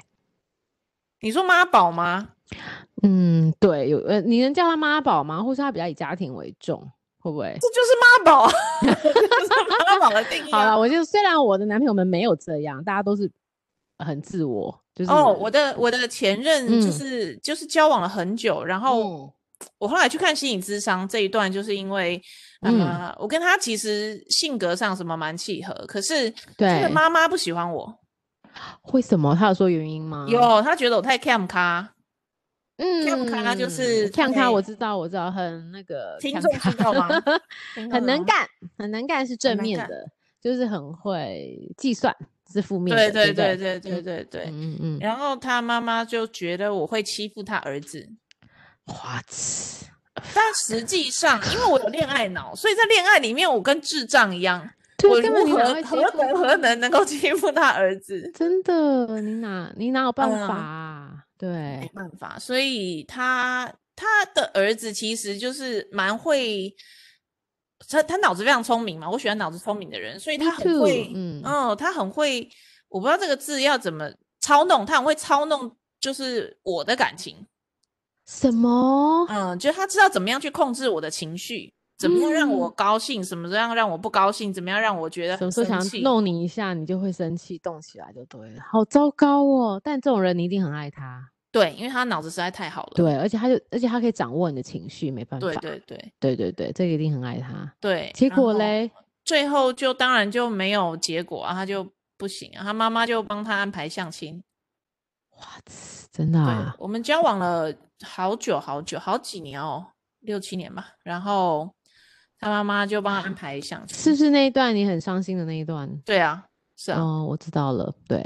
Speaker 2: 你说妈宝吗？
Speaker 1: 嗯，对，有呃，你能叫他妈宝吗？或是他比较以家庭为重，会不会？
Speaker 2: 这就是妈宝，这就是 妈宝的定义
Speaker 1: 好
Speaker 2: 啊、
Speaker 1: 了，我就虽然我的男朋友们没有这样，大家都是很自我，就是
Speaker 2: 哦，我的我的前任就
Speaker 1: 嗯
Speaker 2: 是、就是交往了很久，然后
Speaker 1: 嗯
Speaker 2: 我后来去看心理咨商这一段，就是因为，
Speaker 1: 嗯
Speaker 2: 呃，我跟他其实性格上什么蛮契合，可是他
Speaker 1: 对
Speaker 2: 的，妈妈不喜欢我，
Speaker 1: 为什么？他有说原因吗？
Speaker 2: 有他觉得我太 cam 咖，
Speaker 1: 嗯，
Speaker 2: 咖就是
Speaker 1: 看
Speaker 2: 太
Speaker 1: 咖，我知道，我知道，很那个，
Speaker 2: 听
Speaker 1: 看
Speaker 2: 众
Speaker 1: 咖
Speaker 2: 知道 吗？听
Speaker 1: 很
Speaker 2: 众
Speaker 1: 能
Speaker 2: 吗，
Speaker 1: 干，很能干是正
Speaker 2: 啊嗯能
Speaker 1: 面
Speaker 2: 干
Speaker 1: 的，就是很会计算是负面
Speaker 2: 对
Speaker 1: 的，
Speaker 2: 对
Speaker 1: 不对
Speaker 2: 对对对对对。
Speaker 1: 嗯嗯嗯，
Speaker 2: 然后他妈妈就觉得我会欺负他儿子，
Speaker 1: 哇塞，
Speaker 2: 但实际上，因为我有恋爱脑，所以在恋爱里面我跟智障一样，
Speaker 1: 对，
Speaker 2: 我
Speaker 1: 根本
Speaker 2: 如
Speaker 1: 你哪
Speaker 2: 何
Speaker 1: 会欺
Speaker 2: 何
Speaker 1: 负
Speaker 2: 德
Speaker 1: 他
Speaker 2: 何能能够 欺负他儿子？
Speaker 1: 真的，你哪你哪有办
Speaker 2: 嗯哎
Speaker 1: 法啊？
Speaker 2: 没
Speaker 1: 对，
Speaker 2: 办法，所以他他的儿子其实就是蛮会，他他脑子非常聪明嘛，我喜欢脑子聪明的人，所以
Speaker 1: Me
Speaker 2: 他很
Speaker 1: too，
Speaker 2: 会，
Speaker 1: 嗯
Speaker 2: 哦，他很会，我不知道这个字要怎么操弄，他很会操弄，就是我的感情，
Speaker 1: 什么？
Speaker 2: 嗯，就是他知道怎么样去控制我的情绪，怎么样让我
Speaker 1: 嗯
Speaker 2: 高兴，什么样让我不高兴，怎么样让我觉得
Speaker 1: 什么
Speaker 2: 很
Speaker 1: 时候
Speaker 2: 生
Speaker 1: 想
Speaker 2: 气，
Speaker 1: 弄你一下，你就会生气，动起来就对了。好糟糕哦！但这种人你一定很爱他，
Speaker 2: 对，因为他脑子实在太好了，
Speaker 1: 对，而且他就，而且他可以掌握你的情绪，没办法。
Speaker 2: 对对对
Speaker 1: 对对对这个一定很爱他。
Speaker 2: 对，
Speaker 1: 结
Speaker 2: 然
Speaker 1: 果
Speaker 2: 后
Speaker 1: 嘞，
Speaker 2: 最后就当然就没有结果啊，他就不行啊，他妈妈就帮他安排相亲。
Speaker 1: 哇，真的
Speaker 2: 对，
Speaker 1: 啊，
Speaker 2: 我们交往了好久好久，好几年哦，六七年吧。然后他妈妈就帮他安排相亲。
Speaker 1: 是不是那一段你很伤心的那一段？
Speaker 2: 对啊，是啊，
Speaker 1: 哦，我知道了，对，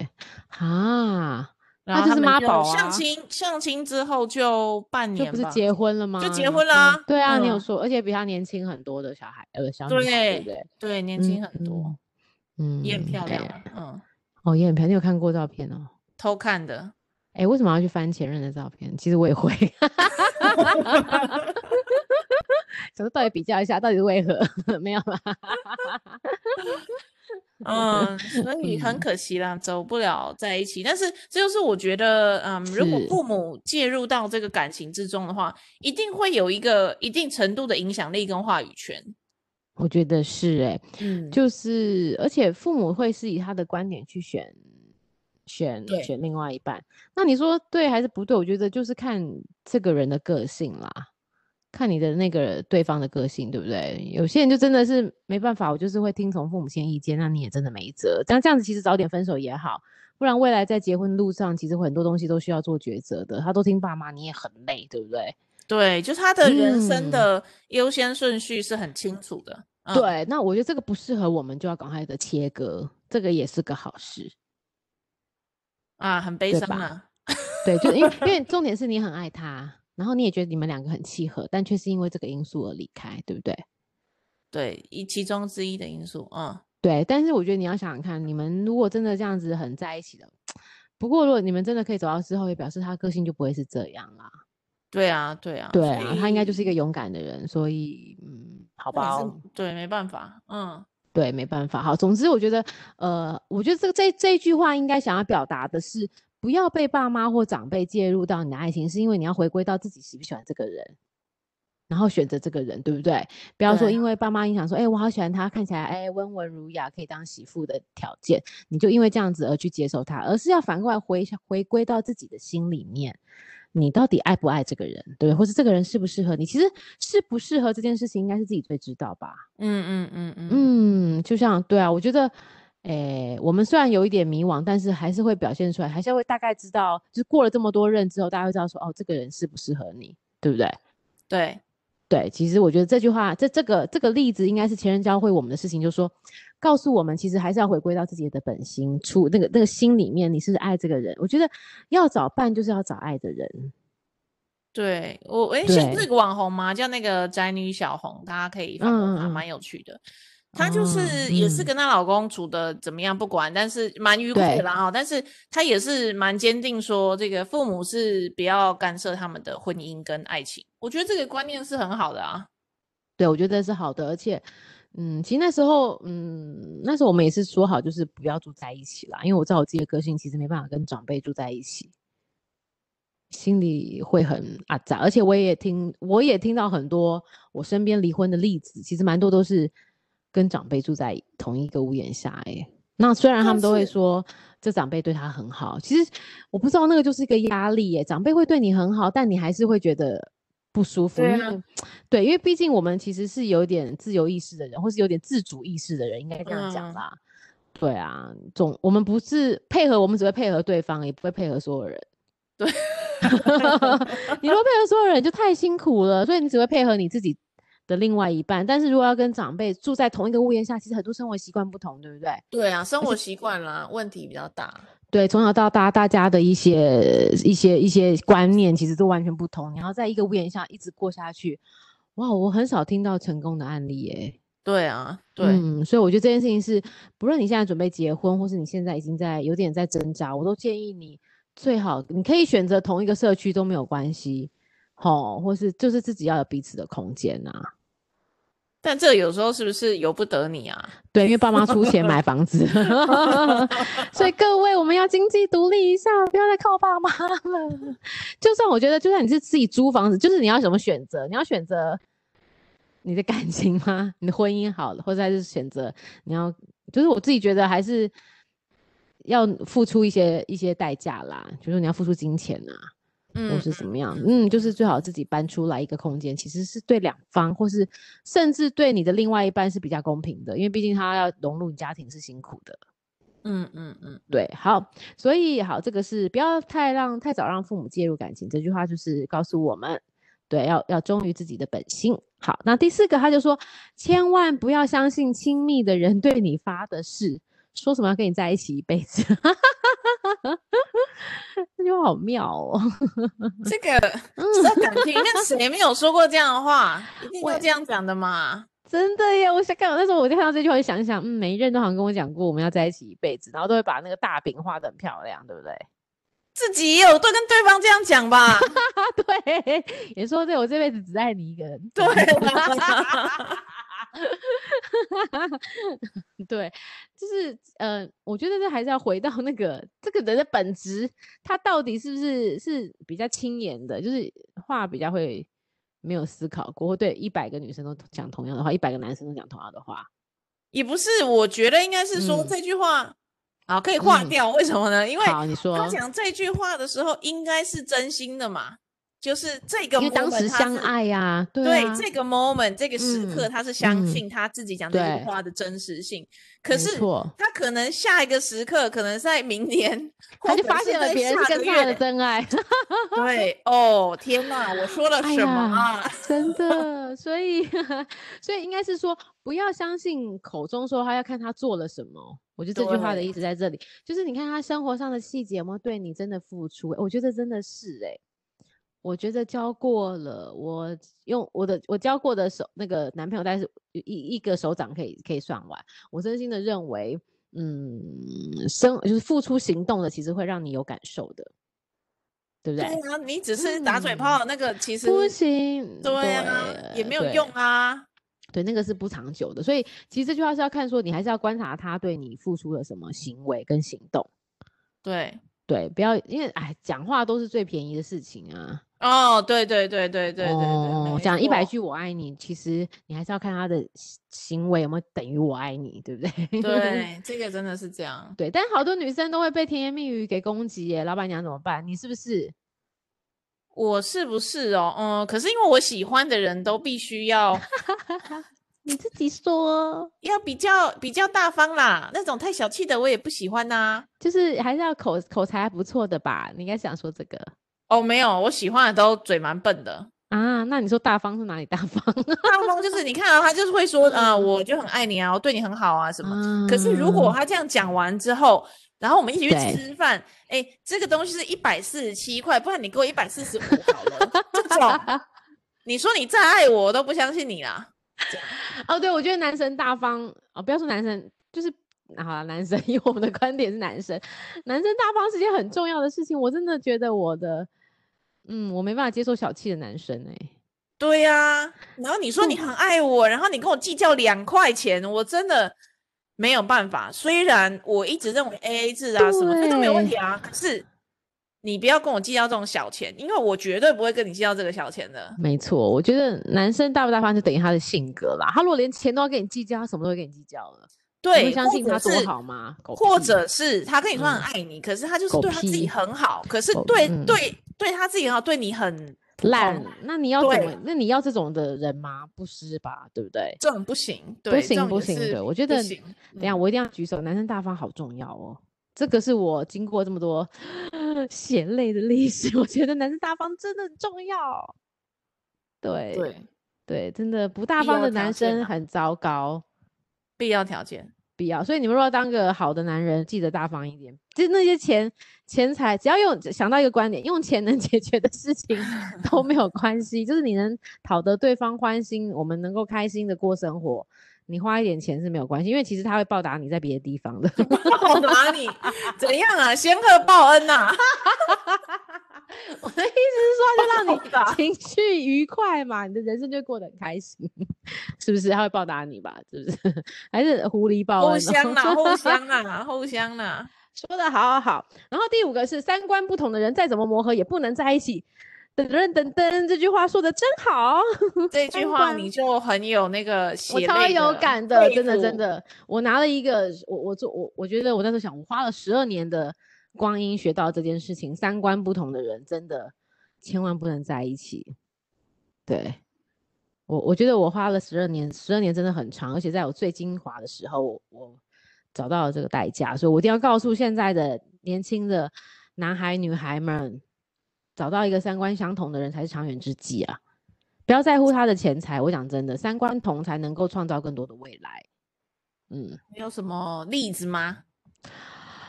Speaker 1: 啊，
Speaker 2: 然
Speaker 1: 那
Speaker 2: 后
Speaker 1: 就是
Speaker 2: 他们
Speaker 1: 妈宝啊
Speaker 2: 相亲相亲之后就半
Speaker 1: 就
Speaker 2: 年
Speaker 1: 不是
Speaker 2: 吧
Speaker 1: 结婚了吗？
Speaker 2: 结
Speaker 1: 你有
Speaker 2: 婚
Speaker 1: 说
Speaker 2: 啦
Speaker 1: 对啊，你有
Speaker 2: 嗯
Speaker 1: 说，而且比他年轻很多的小孩，呃，小女孩，对不对？
Speaker 2: 对，年轻很多，
Speaker 1: 嗯，嗯，
Speaker 2: 也很漂亮
Speaker 1: 哎
Speaker 2: 啊，嗯，
Speaker 1: 哦，也很漂亮。你有看过照片哦？
Speaker 2: 偷看的。
Speaker 1: 哎、为什么要去翻前任的照片？其实我也 会， 想说到底比较一下，到底是为何？ 没有啦，
Speaker 2: 嗯，所以很
Speaker 1: 嗯
Speaker 2: 可惜啦，走不了在一起。但是这就是我觉得，嗯，如果
Speaker 1: 是
Speaker 2: 父母介入到这个感情之中的话，一定会有一个一定程度的影响力跟话语权。
Speaker 1: 我觉得是哎、
Speaker 2: 嗯，
Speaker 1: 就是而且父母会是以他的观点去选选
Speaker 2: 对
Speaker 1: 选另外一半。那你说对还是不对？我觉得就是看这个人的个性啦，看你的那个对方的个性，对不对？有些人就真的是没办法，我就是会听从父母亲意见，那你也真的没辙。但这样子其实早点分手也好，不然未来在结婚路上，其实很多东西都需要做抉择的。他都听爸妈，你也很累，对不对？
Speaker 2: 对，就是他的人生
Speaker 1: 嗯
Speaker 2: 的优先顺序是很清楚的。嗯，
Speaker 1: 对，那我觉得这个不适合我们，就要赶快的切割，这个也是个好事。
Speaker 2: 啊，很悲
Speaker 1: 对
Speaker 2: 伤
Speaker 1: 吧
Speaker 2: 啊。
Speaker 1: 对，就因为因为重点是你很爱他，然后你也觉得你们两个很契合，但却是因为这个因素而离开，对不对？
Speaker 2: 对，一其中之一的因素。嗯，
Speaker 1: 对，但是我觉得你要想想看，你们如果真的这样子很在一起的，不过如果你们真的可以走到之后，也表示他个性就不会是这样啦。
Speaker 2: 对啊，对啊，
Speaker 1: 对
Speaker 2: 所
Speaker 1: 啊，他应该就是一个
Speaker 2: 以
Speaker 1: 勇敢的人，所以嗯，好
Speaker 2: 这也
Speaker 1: 吧
Speaker 2: 是
Speaker 1: 哦，
Speaker 2: 对，没办法。嗯，
Speaker 1: 对，没办法。好，总之我觉得，呃，我觉得这这这一句话应该想要表达的是，不要被爸妈或长辈介入到你的爱情，是因为你要回归到自己喜不喜欢这个人，然后选择这个人，对不对？不要说
Speaker 2: 对
Speaker 1: 因为爸妈影响说，哎、我好喜欢他，看起来哎、温文儒雅，可以当媳妇的条件，你就因为这样子而去接受他，而是要反过来回回归到自己的心里面。你到底爱不爱这个人，对不对？或是这个人适不适合你？其实适不适合这件事情，应该是自己最知道吧。
Speaker 2: 嗯嗯嗯嗯
Speaker 1: 嗯，就像对啊，我觉得，诶，我们虽然有一点迷惘，但是还是会表现出来，还是会大概知道，就是过了这么多任之后，大家会知道说，哦，这个人适不适合你，对不对？
Speaker 2: 对，
Speaker 1: 对，其实我觉得这句话，这这个这个例子应该是前任教会我们的事情，就是说，告诉我们其实还是要回归到自己的本心，出那个那个心里面，你是不是爱这个人？我觉得要找伴就是要找爱的人，
Speaker 2: 对我，哎，是那
Speaker 1: 对
Speaker 2: 个网红吗？叫那个宅女小红，大家可以 follow 她，
Speaker 1: 嗯嗯嗯
Speaker 2: 蛮有趣的。她就是
Speaker 1: 哦
Speaker 2: 也是
Speaker 1: 嗯
Speaker 2: 跟她老公处的怎么样不管，但是蛮愉快的
Speaker 1: 对
Speaker 2: 啦哈。但是她也是蛮坚定说，这个父母是不要干涉他们的婚姻跟爱情。我觉得这个观念是很好的啊。
Speaker 1: 对，我觉得是好的，而且，嗯，其实那时候，嗯，那时候我们也是说好，就是不要住在一起啦，因为我知道我自己的个性其实没办法跟长辈住在一起，心里会很阿杂，而且我也听，我也听到很多我身边离婚的例子，其实蛮多都是跟长辈住在同一个屋檐下、欸，那虽然他
Speaker 2: 但
Speaker 1: 们都会
Speaker 2: 是
Speaker 1: 说这长辈对他很好，其实我不知道那个就是一个压力耶、长辈会对你很好，但你还是会觉得不舒服，
Speaker 2: 对啊
Speaker 1: 因为对，因为毕竟我们其实是有一点自由意识的人，或是有点自主意识的人，应该这样
Speaker 2: 嗯
Speaker 1: 讲啦。对啊，总我们不是配合，我们只会配合对方，也不会配合所有人。
Speaker 2: 对
Speaker 1: 你若配合所有人就太辛苦了，所以你只会配合你自己的另外一半。但是如果要跟长辈住在同一个屋檐下，其实很多生活习惯不同，对不对？
Speaker 2: 对啊，生活习惯啦，问题比较大。
Speaker 1: 对，从小到大，大家的一些一些一些观念其实都完全不同。你要在一个屋檐下一直过下去，哇，我很少听到成功的案例耶。
Speaker 2: 对啊，对，
Speaker 1: 嗯，所以我觉得这件事情是，不论你现在准备结婚，或是你现在已经在有点在挣扎，我都建议你最好你可以选择同一个社区都没有关系，吼，或是就是自己要有彼此的空间呐、
Speaker 2: 但这有时候是不是由不得你啊？
Speaker 1: 对，因为爸妈出钱买房子，所以各位我们要经济独立一下，不要再靠爸妈了。就算我觉得，就算你是自己租房子，就是你要怎么选择？你要选择你的感情吗？你的婚姻好了，或者还是选择你要？就是我自己觉得还是要付出一些一些代价啦，就是你要付出金钱啊。或是怎么样，嗯，就是最好自己搬出来一个空间，其实是对两方，或是甚至对你的另外一半是比较公平的，因为毕竟他要融入你家庭是辛苦的，
Speaker 2: 嗯嗯嗯，
Speaker 1: 对，好，所以好，这个是不要太让太早让父母介入感情，这句话就是告诉我们，对，要要忠于自己的本心。好，那第四个他就说，千万不要相信亲密的人对你发的誓。说什么要跟你在一起一辈子， 这句话好妙哦
Speaker 2: 这 个这敢听？那
Speaker 1: 嗯
Speaker 2: 谁没有说过这样的话？一定要这样讲的嘛？
Speaker 1: 真的耶！我想看，那时候我就看到这句话，就想想，嗯，每一任都好像跟我讲过我们要在一起一辈子，然后都会把那个大饼画的很漂亮，对不对？
Speaker 2: 自己也有对跟对方这样讲吧？
Speaker 1: 对，也说对我这辈子只爱你一个人。
Speaker 2: 对。
Speaker 1: 啊对，就是呃，我觉得这还是要回到那个这个人的本质，他到底是不是是比较轻言的，就是话比较会没有思考过，或对一百个女生都讲同样的话，一百个男生都讲同样的话，
Speaker 2: 也不是，我觉得应该是说这句话、嗯、啊可以划掉、嗯，为什么呢？因为
Speaker 1: 好你说啊
Speaker 2: 他讲这句话的时候应该是真心的嘛。就是这个，
Speaker 1: 因为当时相爱呀、啊，
Speaker 2: 对、
Speaker 1: 啊、嗯
Speaker 2: 这个 moment 这个时刻，他是相信他自己讲这句话的真实性。嗯嗯、可是他可能下一个时刻，可能在明年，
Speaker 1: 他就发现了别人跟他的 真爱。
Speaker 2: 对，哦天哪，我说了什么啊？
Speaker 1: 哎、真的，所以所以应该是说，不要相信口中说他，要看他做了什么。我觉得这句话的意思在这里，就是你看他生活上的细节有没有对你真的付出、欸？我觉得真的是哎、欸。我觉得教过了，我用我的我教过的手那个男朋友，但是一一个手掌可以可以算完。我真心的认为，嗯，生就是付出行动的，其实会让你有感受的，对不对？
Speaker 2: 对啊，你只是打嘴炮，嗯、那个其实
Speaker 1: 不行，
Speaker 2: 对啊对，也没有用啊。
Speaker 1: 对，那个是不长久的，所以其实这句话是要看说，你还是要观察他对你付出了什么行为跟行动。
Speaker 2: 对
Speaker 1: 对，不要因为哎，讲话都是最便宜的事情啊。
Speaker 2: 哦，对对对对对对对，
Speaker 1: 哦、讲一百句 我爱你，其实你还是要看他的行为有没有等于我爱你，对不对？
Speaker 2: 对，这个真的是这 样。
Speaker 1: 对，但好多女生都会被甜言蜜语给攻击耶，老板娘怎么办？你是不是？
Speaker 2: 我是不是哦？嗯，可是因为我喜欢的人都必须要
Speaker 1: 你自己说，
Speaker 2: 要比较比较大方啦，那种太小气的我也不喜欢呐、啊。
Speaker 1: 就是还是要口口才不错的吧？你应该想说这个。
Speaker 2: 哦，没有，我喜欢的都嘴蛮笨的
Speaker 1: 啊。那你说大方是哪里大方？
Speaker 2: 大方就是你看啊，他就是会说啊、呃，我就很爱你啊，我对你很好啊什么、嗯。可是如果他这样讲完之后，然后我们一起去吃饭，哎、欸，这个东西是一百四十七块，不然你给我一百四十五好了。这种，你说你再爱我，我都不相信你啦。
Speaker 1: 哦，对，我觉得男生大方哦，不要说男生，就是。好了、啊，男生，以我们的观点是男生，男生大方是件很重要的事情。我真的觉得我的，嗯，我没办法接受小气的男生哎、欸。
Speaker 2: 对呀、啊，然后你说你很爱我，嗯、然后你跟我计较两块钱，我真的没有办法。虽然我一直认为 A A 制啊什么这都没有问题啊，可是你不要跟我计较这种小钱，因为我绝对不会跟你计较这个小钱的。
Speaker 1: 没错，我觉得男生大不大方就等于他的性格啦。他如果连钱都要跟你计较，他什么都会跟你计较了。
Speaker 2: 对，
Speaker 1: 相信他多好吗？
Speaker 2: 或者是他跟你说很爱你、嗯，可是他就是对他自己很好，可是对、嗯、对对他自己很好，对你很
Speaker 1: 烂。那你要怎么？那你要这种的人吗？不是吧？对不对？
Speaker 2: 这种不行，
Speaker 1: 不行不行。对，我觉得等下我一定要举手，男生大方好重要哦。这个是我经过这么多 血泪的历史，我 觉得男生大方真的很重要。对
Speaker 2: 对
Speaker 1: 对，真的不大方的男生很糟糕。
Speaker 2: 必要条件。
Speaker 1: 必要，所以你们若要当个好的男人，记得大方一点。就是那些钱、钱财，只要用想到一个观点，用钱能解决的事情都没有关系。就是你能讨得对方欢心，我们能够开心的过生活，你花一点钱是没有关系，因为其实他会报答你在别的地方的。
Speaker 2: 报答你怎样啊？先喝报恩呐、啊！
Speaker 1: 我的意思是说，就
Speaker 2: 啊
Speaker 1: 让你情绪愉快嘛，你的人生就过得很开心，是不是？他会报答你吧？是不是？ 还是狐狸报啊
Speaker 2: 恩？互相啦，互相啦，互相啦。
Speaker 1: 说的好好好。然后第五个是三观不同的人，再怎么磨合也不能在一起。等等等等，这句话说的真好。
Speaker 2: 这句话你就很有那个，
Speaker 1: 我超有感的，真的真的。我拿了一个，我我做我我觉得我那时候想，我花了十二年的光阴学到这件事情，三观不同的人真的千万不能在一起。对我，我觉得我花了十二年，十二年真的很长，而且在我最精华的时候，我找到了这个代价，所以我一定要告诉现在的年轻的男孩女孩们。找到一个三观相同的人才是长远之计啊！不要在乎他的钱财，我讲真的，三观同才能够创造更多的未来。嗯，
Speaker 2: 你有什么例子吗？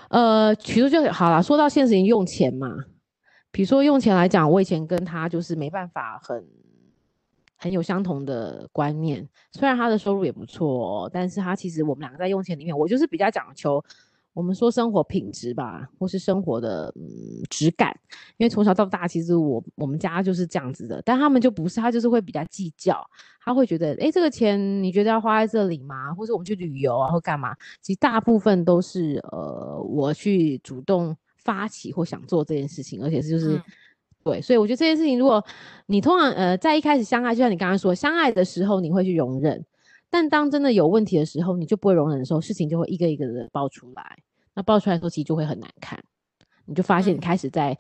Speaker 1: 呃，其实就好了。说到现实，用钱嘛，比如说用钱来讲，我以前跟他就是没办法很很有相同的观念。虽然他的收入也不错、哦，但是他其实我们两个在用钱里面，我就是比较讲求。我们说生活品质吧，或是生活的嗯质感，因为从小到大，其实我我们家就是这样子的，但他们就不是，他就是会比较计较，他会觉得，哎，这个钱你觉得要花在这里吗？或者我们去旅游啊，或干嘛？其实大部分都是呃我去主动发起或想做这件事情，而且是就是、嗯、对，所以我觉得这件事情，如果你通常呃在一开始相爱，就像你刚刚说，相爱的时候你会去容忍。但当真的有问题的时候，你就不会容忍的时候，事情就会一个一个的爆出来。那爆出来的时候，其实就会很难看。你就发现你开始在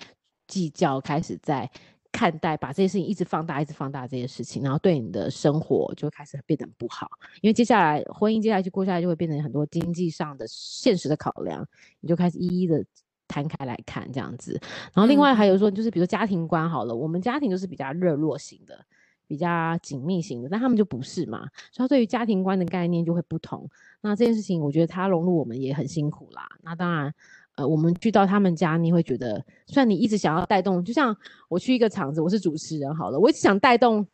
Speaker 1: 计较，嗯、开始在看待，把这些事情一直放大，一直放大这些事情，然后对你的生活就开始变得不好。因为接下来婚姻接下来去过下来，就会变成很多经济上的现实的考量，你就开始一一的摊开来看这样子。然后另外还有说，就是比如家庭观好了，我们家庭就是比较热络型的。比较紧密型的，但他们就不是嘛，所以他对于家庭观的概念就会不同。那这件事情，我觉得他融入我们也很辛苦啦。那当然，呃，我们去到他们家，你会觉得，虽然你一直想要带动，就像我去一个场子，我是主持人好了，我一直想带动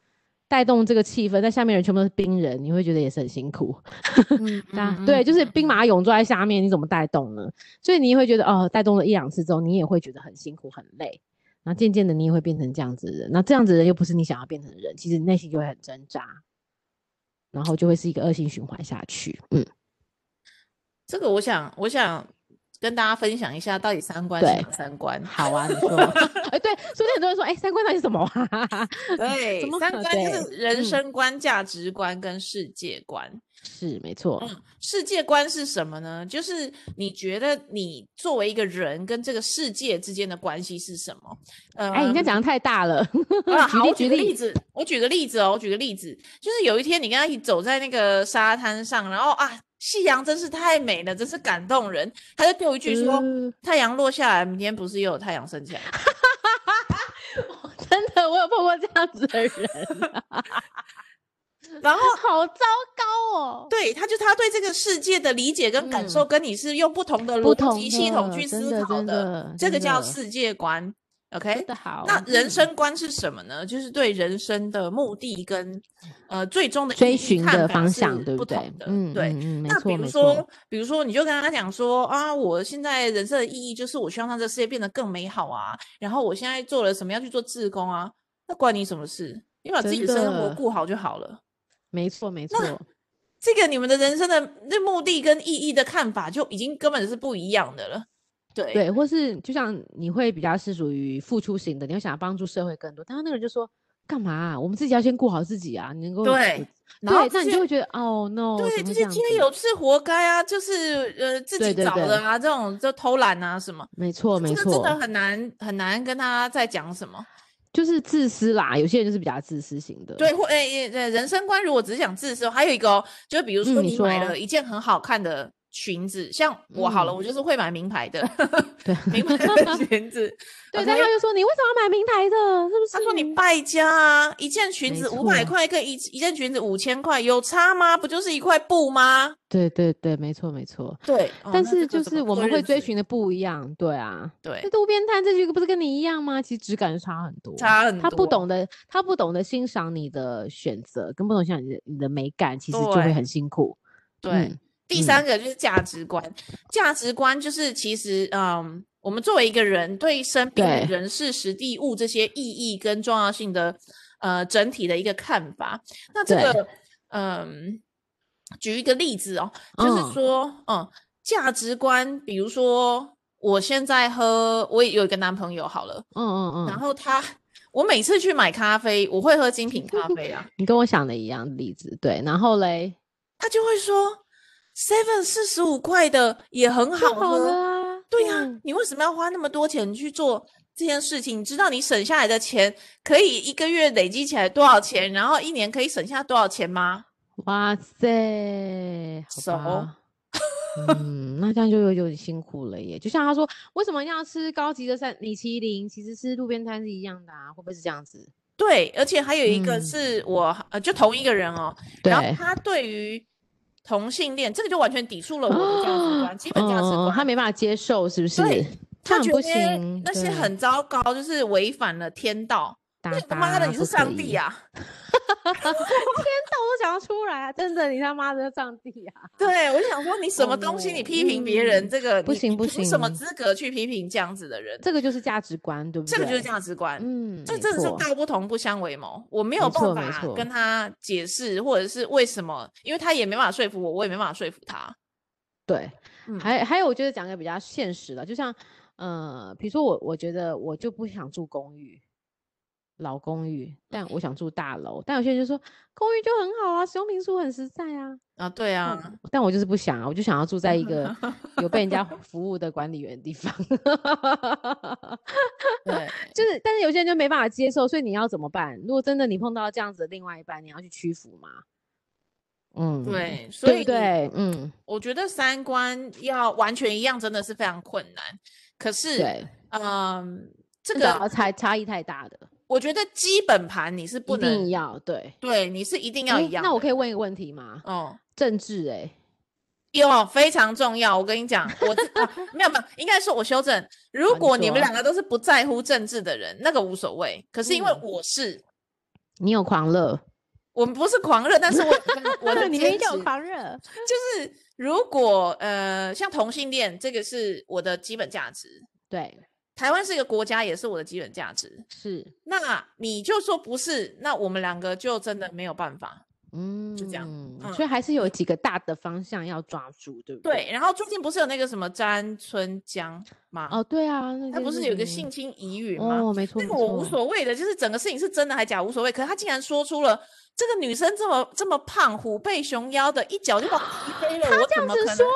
Speaker 1: 带动这个气氛，但下面人全部都是兵人，你会觉得也是很辛苦。嗯嗯、对，就是兵马俑坐在下面，你怎么带动呢？所以你会觉得，哦，带动了一两次之后，你也会觉得很辛苦、很累。那渐渐的，你也会变成这样子的人。那这样子的人又不是你想要变成的人，其实内心就会很挣扎，然后就会是一个恶性循环下去。嗯，
Speaker 2: 这个我想，我想跟大家分享一下，到底三观是哪三观？
Speaker 1: 嗯好啊，你说。 哎欸，对，所以很多人说，哎、欸，三观到底什么啊？
Speaker 2: 对，什么三观就是人生观、价、嗯、值观跟世界观。
Speaker 1: 是没错，
Speaker 2: 嗯，世界观是什么呢？就是你觉得你作为一个人跟这个世界之间的关系是什么？
Speaker 1: 呃，哎、欸，你这讲的太大了。
Speaker 2: 啊，好，我举个例子，我举个例子哦，我举个例子，就是有一天你跟他一起走在那个沙滩上，然后啊，夕阳真是太美了，真是感动人。他就丢一句说：“嗯、太阳落下来，明天不是又有太阳升起来。”
Speaker 1: 真的，我有碰过这样子的人、啊。
Speaker 2: 然后
Speaker 1: 好糟糕哦！
Speaker 2: 对，他就他对这个世界的理解跟感受，跟你是用嗯不同的逻辑系统去思考的，这个叫世界观。OK，
Speaker 1: 好。嗯
Speaker 2: 那人生观是什么呢？就是对人生的目的跟呃最终的
Speaker 1: 追寻的方向，对
Speaker 2: 不
Speaker 1: 对？嗯，
Speaker 2: 对。那比如说，比如说，你就跟他讲说啊，我现在人生的意义就是我希望让这世界变得更美好啊。然后我现在做了什么要去做志工啊，那关你什么事？你把自己的生活顾好就好了。
Speaker 1: 没错，没错。
Speaker 2: 这个你们的人生的那目的跟意义的看法就已经根本是不一样的了。对
Speaker 1: 对，或是就像你会比较是属于付出型的，你会想要帮助社会更多，但是那个人就说干嘛、啊？我们自己要先顾好自己啊，你能够
Speaker 2: 对。
Speaker 1: 然后那你就会觉得哦 no，
Speaker 2: 对，这些今天有事活该啊，就是呃自己找的啊，这种就偷懒啊什么。
Speaker 1: 没错，没错，
Speaker 2: 真的很难很难跟他在讲什么。
Speaker 1: 就是自私啦，有些人就是比较自私型的。
Speaker 2: 对，或诶、欸欸，人生观如果只是讲自私，还有一个、哦，就比如
Speaker 1: 嗯
Speaker 2: 说你买了一件很好看的裙子，嗯、像我好了，嗯、我就是会买名牌的，
Speaker 1: 对，
Speaker 2: 名牌的裙子。
Speaker 1: 对，但他就说你为什么要买名牌的？是不是？
Speaker 2: 他说你败家啊，一件裙子五百块跟一一件裙子五千块有差吗？不就是一块布吗？
Speaker 1: 对对对，没错没错。
Speaker 2: 对，
Speaker 1: 哦、但是就是我们会追寻的不一样，对啊，
Speaker 2: 对。
Speaker 1: 那路边摊这句不是跟你一样吗？其实质感差很多，
Speaker 2: 差很多。
Speaker 1: 他不懂得，他不懂得欣赏你的选择，跟不懂欣赏你的你的美感，其实就会很辛苦。
Speaker 2: 对。嗯第三个就是价值观，价值观就是其实，嗯，我们作为一个人对身边
Speaker 1: 对
Speaker 2: 人事、实地、物这些意义跟重要性的，呃，整体的一个看法。那这
Speaker 1: 对
Speaker 2: 个，嗯，举一个例子哦，就
Speaker 1: 嗯
Speaker 2: 是说，嗯，价值观，比如说我现在喝，我也有一个男朋友好了，
Speaker 1: 嗯嗯
Speaker 2: 然
Speaker 1: 嗯，
Speaker 2: 后他， 我每次去买咖啡，我会喝精品咖啡啊，
Speaker 1: 你跟我想的一样的例子，对，然后 嘞，
Speaker 2: 他就会说 Seven 四十五块的也很好
Speaker 1: 太好
Speaker 2: 喝。
Speaker 1: 了啊，
Speaker 2: 对呀、
Speaker 1: 嗯
Speaker 2: 你为什么要花那么多钱去做这件事情？你知道你省下来的钱可以一个月累积起来多少钱，然后一年可以省下多少钱吗？
Speaker 1: 哇塞，好
Speaker 2: 熟
Speaker 1: 吧嗯，那这样就有有点辛苦了耶。就像他说，为什么要吃高级的三米其林？其实吃路边摊是一样的啊，会不会是这样子？
Speaker 2: 对，而且还有一个
Speaker 1: 嗯
Speaker 2: 是我、呃，就同一个人哦，
Speaker 1: 对，
Speaker 2: 然后他对于同性恋这个就完全抵触了我的价值观，基本价值
Speaker 1: 嗯
Speaker 2: 观。
Speaker 1: 他没办法接受，是不是？
Speaker 2: 对
Speaker 1: 这
Speaker 2: 他
Speaker 1: 样
Speaker 2: 觉
Speaker 1: 不
Speaker 2: 得
Speaker 1: 行，
Speaker 2: 那些
Speaker 1: 对
Speaker 2: 很糟糕，就是违反了天道。
Speaker 1: 打
Speaker 2: 那他妈
Speaker 1: 打
Speaker 2: 的，你是
Speaker 1: 不可
Speaker 2: 上帝
Speaker 1: 以！
Speaker 2: 啊！
Speaker 1: 但我都想要出来啊！真的，你他妈的上帝啊！
Speaker 2: 对，我就想说，你什么东西你批评别人，
Speaker 1: 哦嗯
Speaker 2: 这个
Speaker 1: 不
Speaker 2: 你
Speaker 1: 行
Speaker 2: 你
Speaker 1: 不
Speaker 2: 凭什么
Speaker 1: 行
Speaker 2: 资格去批评这样子的人？
Speaker 1: 这个就是价值观，对不对？
Speaker 2: 这个就是价值观，
Speaker 1: 嗯，
Speaker 2: 这
Speaker 1: 没
Speaker 2: 真的是
Speaker 1: 错
Speaker 2: 道不同不相为谋。我
Speaker 1: 没
Speaker 2: 没有
Speaker 1: 错
Speaker 2: 办
Speaker 1: 没
Speaker 2: 法
Speaker 1: 错
Speaker 2: 跟他解释，或者是为什么，因为他也没办法说服我，我也没办法说服他。
Speaker 1: 对，
Speaker 2: 嗯
Speaker 1: 还还有，我觉得讲个比较现实的，就像呃，比如说我，我觉得我就不想住公寓，老公寓，但我想住大楼。但有些人就说公寓就很好啊，使用民宿很实在啊。
Speaker 2: 啊，对
Speaker 1: 但
Speaker 2: 啊，
Speaker 1: 我但我就是不想啊，我就想要住在一 个有被人家服务的管理员的地方。
Speaker 2: 对，
Speaker 1: 就是，但是有些人就没办法接受，所以你要怎么办？如果真的你碰到这样子的另外一半，你要去屈服吗？嗯，
Speaker 2: 对，所
Speaker 1: 对
Speaker 2: 以
Speaker 1: 不对？嗯，
Speaker 2: 我觉得三观要完全一样，真的是非常困难。可是，
Speaker 1: 对，
Speaker 2: 嗯，这
Speaker 1: 这
Speaker 2: 个
Speaker 1: 个差差异太大的，
Speaker 2: 我觉得基本盘你是不
Speaker 1: 一定
Speaker 2: 能，
Speaker 1: 要对。
Speaker 2: 对，你是一定要
Speaker 1: 诶
Speaker 2: 一样的。
Speaker 1: 那我可以问一个问题吗？
Speaker 2: 哦，
Speaker 1: 政治哎、
Speaker 2: 有非常重要，我跟你讲，我这、啊、没有没有，应该说我修正。如
Speaker 1: 啊你
Speaker 2: 果你
Speaker 1: 说
Speaker 2: 们两个都是不在乎政治的人，那个无所谓。可是因为
Speaker 1: 嗯
Speaker 2: 我是，
Speaker 1: 你有狂热，
Speaker 2: 我们不是狂热，但是我 我的
Speaker 1: 你
Speaker 2: 坚
Speaker 1: 们
Speaker 2: 持
Speaker 1: 有狂热，
Speaker 2: 就是，如果呃像同性恋，这个是我的基本价值。
Speaker 1: 对，
Speaker 2: 台湾是一个国家，也是我的基本价值。
Speaker 1: 是，
Speaker 2: 那你就说不是，那我们两个就真的没有办法。
Speaker 1: 嗯，
Speaker 2: 这样
Speaker 1: 所以还是有几个大的方向要抓住，对不
Speaker 2: 对，？然后最近不是有那个什么詹春江吗？
Speaker 1: 哦，对啊，那
Speaker 2: 他
Speaker 1: 件
Speaker 2: 不是
Speaker 1: 事
Speaker 2: 有一个
Speaker 1: 情
Speaker 2: 性侵疑云吗？
Speaker 1: 哦，没错，
Speaker 2: 那
Speaker 1: 没
Speaker 2: 个我无
Speaker 1: 错
Speaker 2: 所谓的，就是整个事情是真的还假无所谓。可是他竟然说出了这个女生这么这么胖，虎背熊腰的，一脚就把我踢飞了。我
Speaker 1: 这
Speaker 2: 怎
Speaker 1: 样
Speaker 2: 么
Speaker 1: 子
Speaker 2: 可
Speaker 1: 说
Speaker 2: 能？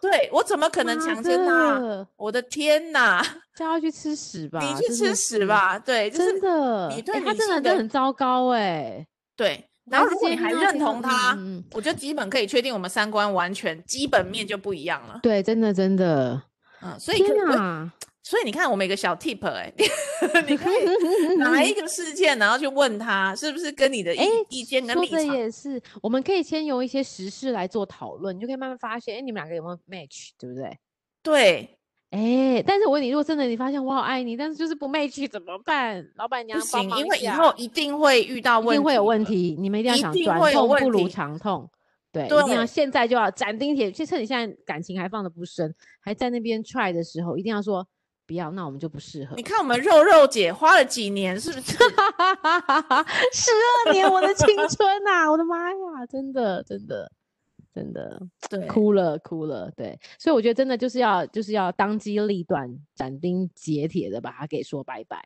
Speaker 2: 对我怎么可能
Speaker 1: 妈
Speaker 2: 强奸他？
Speaker 1: 的
Speaker 2: 我的天哪！
Speaker 1: 啊叫他去吃屎吧，
Speaker 2: 你去
Speaker 1: 真
Speaker 2: 吃
Speaker 1: 的
Speaker 2: 屎
Speaker 1: 是，
Speaker 2: 吧！对，就
Speaker 1: 真
Speaker 2: 是
Speaker 1: 的，
Speaker 2: 你
Speaker 1: 诶
Speaker 2: 对
Speaker 1: 他真
Speaker 2: 女
Speaker 1: 的
Speaker 2: 性
Speaker 1: 真
Speaker 2: 的
Speaker 1: 的很糟糕哎。
Speaker 2: 对。然后
Speaker 1: 是
Speaker 2: 如果
Speaker 1: 建
Speaker 2: 你
Speaker 1: 议
Speaker 2: 还
Speaker 1: 他
Speaker 2: 认
Speaker 1: 听到
Speaker 2: 同他，
Speaker 1: 嗯嗯嗯
Speaker 2: 我觉得基本可以确定我们三观完全基本面就不一样了。
Speaker 1: 对，真的真的，
Speaker 2: 嗯，所以可
Speaker 1: 天
Speaker 2: 以，
Speaker 1: 哪，
Speaker 2: 所以你看，我们有个小 tip 哎、 你可以 拿一个事件，然后去问他是不是跟你的意、
Speaker 1: 哎
Speaker 2: 意见跟
Speaker 1: 说
Speaker 2: 立
Speaker 1: 的
Speaker 2: 场
Speaker 1: 也是，我们可以先由一些实事来做讨论，你就可以慢慢发现，哎，你们两个有没有 match，对不对？
Speaker 2: 对，
Speaker 1: 哎，但是我问你，如果真的你发现我好爱你，但是就是不 match 怎么办？老板
Speaker 2: 不
Speaker 1: 娘帮
Speaker 2: 行，
Speaker 1: 忙
Speaker 2: 因
Speaker 1: 一
Speaker 2: 为以
Speaker 1: 下
Speaker 2: 后一定会遇到
Speaker 1: 一
Speaker 2: 问题，
Speaker 1: 定会有问。题，你们一定要
Speaker 2: 一
Speaker 1: 想
Speaker 2: 定
Speaker 1: 短
Speaker 2: 会有
Speaker 1: 痛
Speaker 2: 问
Speaker 1: 不如
Speaker 2: 题
Speaker 1: 长痛，对，一定要
Speaker 2: 对
Speaker 1: 现在就要斩钉截铁。趁你现在感情还放的不深，还在那边 try 的时候，一定要说不要，那我们就不适合
Speaker 2: 你。看我们肉肉姐花了几年，是 不是？
Speaker 1: 十二年我的青春 呐、
Speaker 2: 啊
Speaker 1: 我的妈呀，真的真的真的
Speaker 2: 对，
Speaker 1: 哭了哭了，对，所以我觉得真的就是要就是要当机立断，斩钉截铁的把它给说拜拜。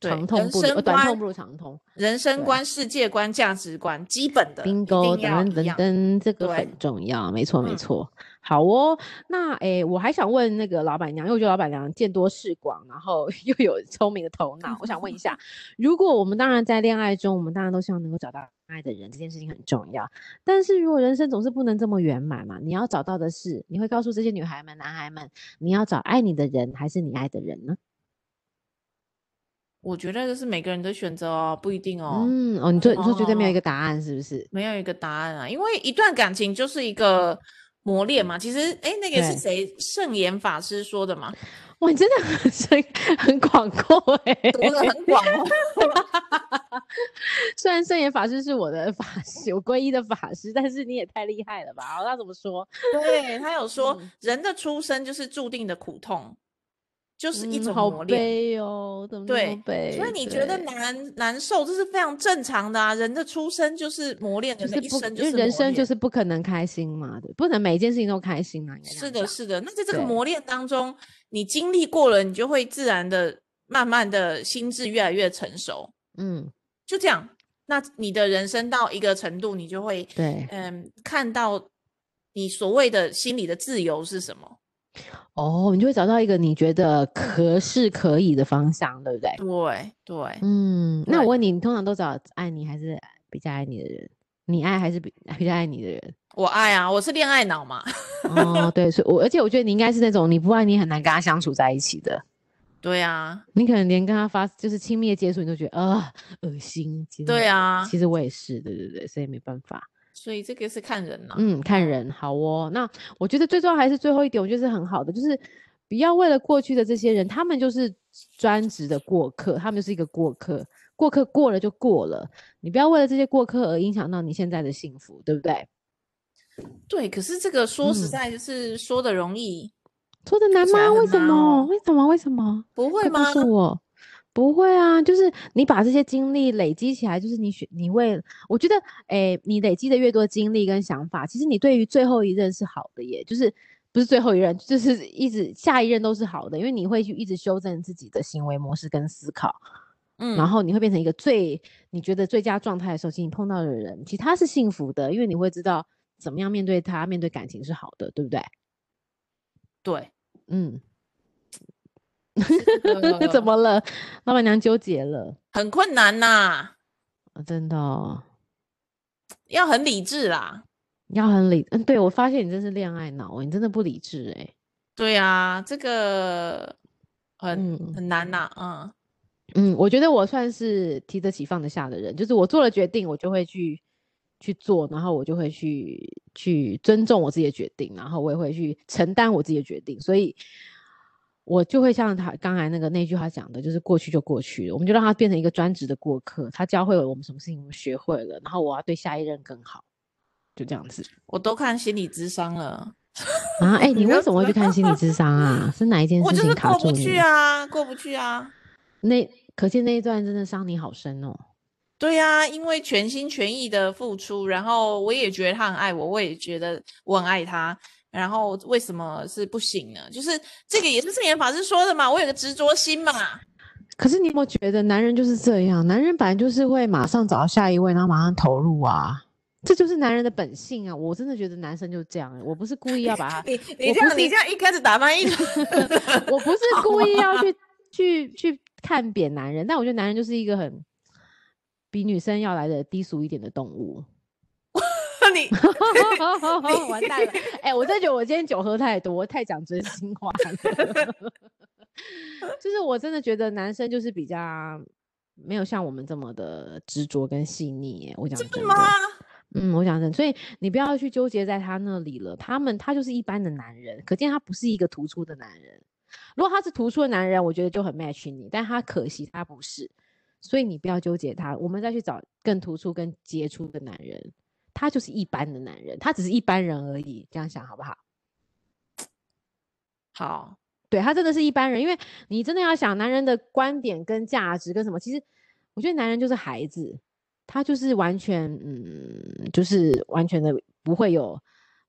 Speaker 2: 对
Speaker 1: 长痛
Speaker 2: 人
Speaker 1: 不如、
Speaker 2: 生
Speaker 1: 呃短
Speaker 2: 观
Speaker 1: 痛不如长痛。
Speaker 2: 人生
Speaker 1: 对
Speaker 2: 观、世界观、价值观，基本的一
Speaker 1: bingo
Speaker 2: 定要
Speaker 1: 等
Speaker 2: 一
Speaker 1: 等
Speaker 2: 样。
Speaker 1: 等，这个
Speaker 2: 对
Speaker 1: 很重要，没错没
Speaker 2: 嗯
Speaker 1: 错。好哦，那诶，我还想问那个老板娘，因为我觉得老板娘见多识广，然后 又有聪明的头 脑，我想问一下，如果我们当然在恋爱中，我们当然都希望能够找到爱的人，这件事情很重要。但是如果人生总是不能这么圆满嘛，你要找到的是，你会告诉这些女孩们、男孩们，你要找爱你的人，还是你爱的人呢？
Speaker 2: 我觉得这是每个人的选择哦，不一定哦，
Speaker 1: 嗯，哦，你就你说绝对没有一
Speaker 2: 哦
Speaker 1: 个答案，是不是？
Speaker 2: 没有一个答案啊。因为一段感情就是一个磨练嘛。其实，哎，那个是
Speaker 1: 对
Speaker 2: 谁？圣严法师说的嘛。
Speaker 1: 哇，你真的很深 很广阔哎、欸，
Speaker 2: 读的很广 哦。
Speaker 1: 虽然圣严法师是我的法师，我皈依的法师，但是你也太厉害了吧？好，他怎么说？
Speaker 2: 对他有说，
Speaker 1: 嗯
Speaker 2: 人的出生就是注定的苦痛，就是一种
Speaker 1: 嗯好
Speaker 2: 磨练。
Speaker 1: 悲哦，怎么那
Speaker 2: 对
Speaker 1: 么悲？
Speaker 2: 所以你觉得
Speaker 1: 对
Speaker 2: 难难受，这是非常正常的啊。人的出生就是磨练，
Speaker 1: 就
Speaker 2: 人
Speaker 1: 是
Speaker 2: 的一
Speaker 1: 不
Speaker 2: 生，就
Speaker 1: 因为
Speaker 2: 是
Speaker 1: 人
Speaker 2: 磨
Speaker 1: 生就
Speaker 2: 练
Speaker 1: 是不可能开心嘛，对，不能每一件事情都开心啊。应该这
Speaker 2: 是
Speaker 1: 样
Speaker 2: 的，
Speaker 1: 讲
Speaker 2: 是的。那在这个
Speaker 1: 对
Speaker 2: 磨练当中，你经历过了，你就会自然的、慢慢的心智越来越成熟，
Speaker 1: 嗯，
Speaker 2: 就这样。那你的人生到一个程度，你就会
Speaker 1: 对，
Speaker 2: 嗯看到你所谓的心理的自由是什么。
Speaker 1: 哦，你就会找到一个你觉得可是可以的方向，对不对？
Speaker 2: 对对，
Speaker 1: 嗯，那
Speaker 2: 对
Speaker 1: 我问你，你通常都找爱你还是比较爱你的人？你爱还是比比较爱你的人？
Speaker 2: 我爱啊，我是恋爱脑嘛。
Speaker 1: 哦，对，所以我而且我觉得你应该是那种你不爱你很难跟他相处在一起的，
Speaker 2: 对啊，
Speaker 1: 你可能连跟他发就是亲密的接触你都觉得啊恶心。其实
Speaker 2: 对啊，
Speaker 1: 嗯其实我也是，对对对，所以没办法。
Speaker 2: 所以这个是看人啦、
Speaker 1: 嗯，看人好哦。那我觉得最重要还是最后一点，我觉得是很好的，就是不要为了过去的这些人，他们就是专职的过客，他们就是一个过客，过客过了就过了，你不要为了这些过客而影响到你现在的幸福，对不对？
Speaker 2: 对，可是这个说实
Speaker 1: 嗯
Speaker 2: 在就是说的容易，
Speaker 1: 说的难
Speaker 2: 起来
Speaker 1: 吗？
Speaker 2: 很
Speaker 1: 为什
Speaker 2: 难
Speaker 1: 么？
Speaker 2: 哦
Speaker 1: 为什么？为什么？
Speaker 2: 不会
Speaker 1: 快告
Speaker 2: 吗？
Speaker 1: 诉我。不会啊，就是你把这些经历累积起来，就是你选你为，我觉得，诶，你累积的越多经历跟想法，其实你对于最后一任是好的耶，就是不是最后一任，就是一直下一任都是好的，因为你会去一直修正自己的行为模式跟思考，
Speaker 2: 嗯，
Speaker 1: 然后你会变成一个最你觉得最佳状态的时候，其实你碰到的人，其实他是幸福的，因为你会知道怎么样面对他，面对感情是好的，对不对？
Speaker 2: 对，
Speaker 1: 嗯，
Speaker 2: 这
Speaker 1: 怎
Speaker 2: 个
Speaker 1: 么了？老板娘纠结了，
Speaker 2: 很困难呐、
Speaker 1: 啊真的、哦、
Speaker 2: 要很理智啦。
Speaker 1: 要很理。嗯，对我发现你真是恋爱脑，欸你真的不理智哎、
Speaker 2: 对啊，这个很、
Speaker 1: 嗯
Speaker 2: 很难呐、嗯，
Speaker 1: 嗯，我觉得我算是提得起放得下的人，就是我做了决定，我就会去去做，然后我就会去去尊重我自己的决定，然后我也会去承担我自己的决定，所以我就会像他刚才那个那句话讲的，就是过去就过去了，我们就让它变成一个专职的过客，他教会了我们什么事情，我们学会了，然后我要对下一任更好，就这样 子。
Speaker 2: 我都看心理智商了，
Speaker 1: 啊，哎、你
Speaker 2: 不
Speaker 1: 为
Speaker 2: 要
Speaker 1: 什么会去看心理智商啊？是哪一件
Speaker 2: 我
Speaker 1: 事
Speaker 2: 就是
Speaker 1: 情卡
Speaker 2: 过
Speaker 1: 住
Speaker 2: 不
Speaker 1: 你
Speaker 2: 去？啊，过不去啊。
Speaker 1: 那可见那一段真的伤你好深哦。
Speaker 2: 对呀、因为全心全意的付出，然后我也觉得他很爱我，我也觉得我很爱他，然后为什么是不行呢？就是这个也是圣严法师说的嘛，我有个执着心嘛。
Speaker 1: 可是你有没有觉得男人就是这样？男人本来就是会马上找到下一位，然后马上投入啊，这就是男人的本性啊！我真的觉得男生就是这样、欸我不是故意要把 他，
Speaker 2: 你
Speaker 1: 我
Speaker 2: 你
Speaker 1: 不
Speaker 2: 这样
Speaker 1: 是
Speaker 2: 你这样一开始打翻一
Speaker 1: 我不是故意要去去去看扁男人，但我觉得男人就是一个很比女生要来的低俗一点的动物。
Speaker 2: 你
Speaker 1: 完蛋了！哎、我真的觉得我今天酒喝太多，我太讲真心话了。 就是我真的觉得男生就是比较没有像我们这么的执着跟细腻耶。我讲真
Speaker 2: 是
Speaker 1: 的
Speaker 2: 吗？
Speaker 1: 嗯，我讲真的，所以你不要去纠结在他那里了。他们他就是一般的男人，可见他不是一个突出的男人。如果他是突出的男人，我觉得就很 match 你，但他可惜他不是，所以你不要纠结他，我们再去找更突出、更杰出的男人。他就是一般的男人，他只是一般人而已，这样想好不好？
Speaker 2: 好，
Speaker 1: 对他真的是一般人，因为你真的要想男人的观点跟价值跟什么，其实我觉得男人就是孩子，他就是完全嗯，就是完全的不会有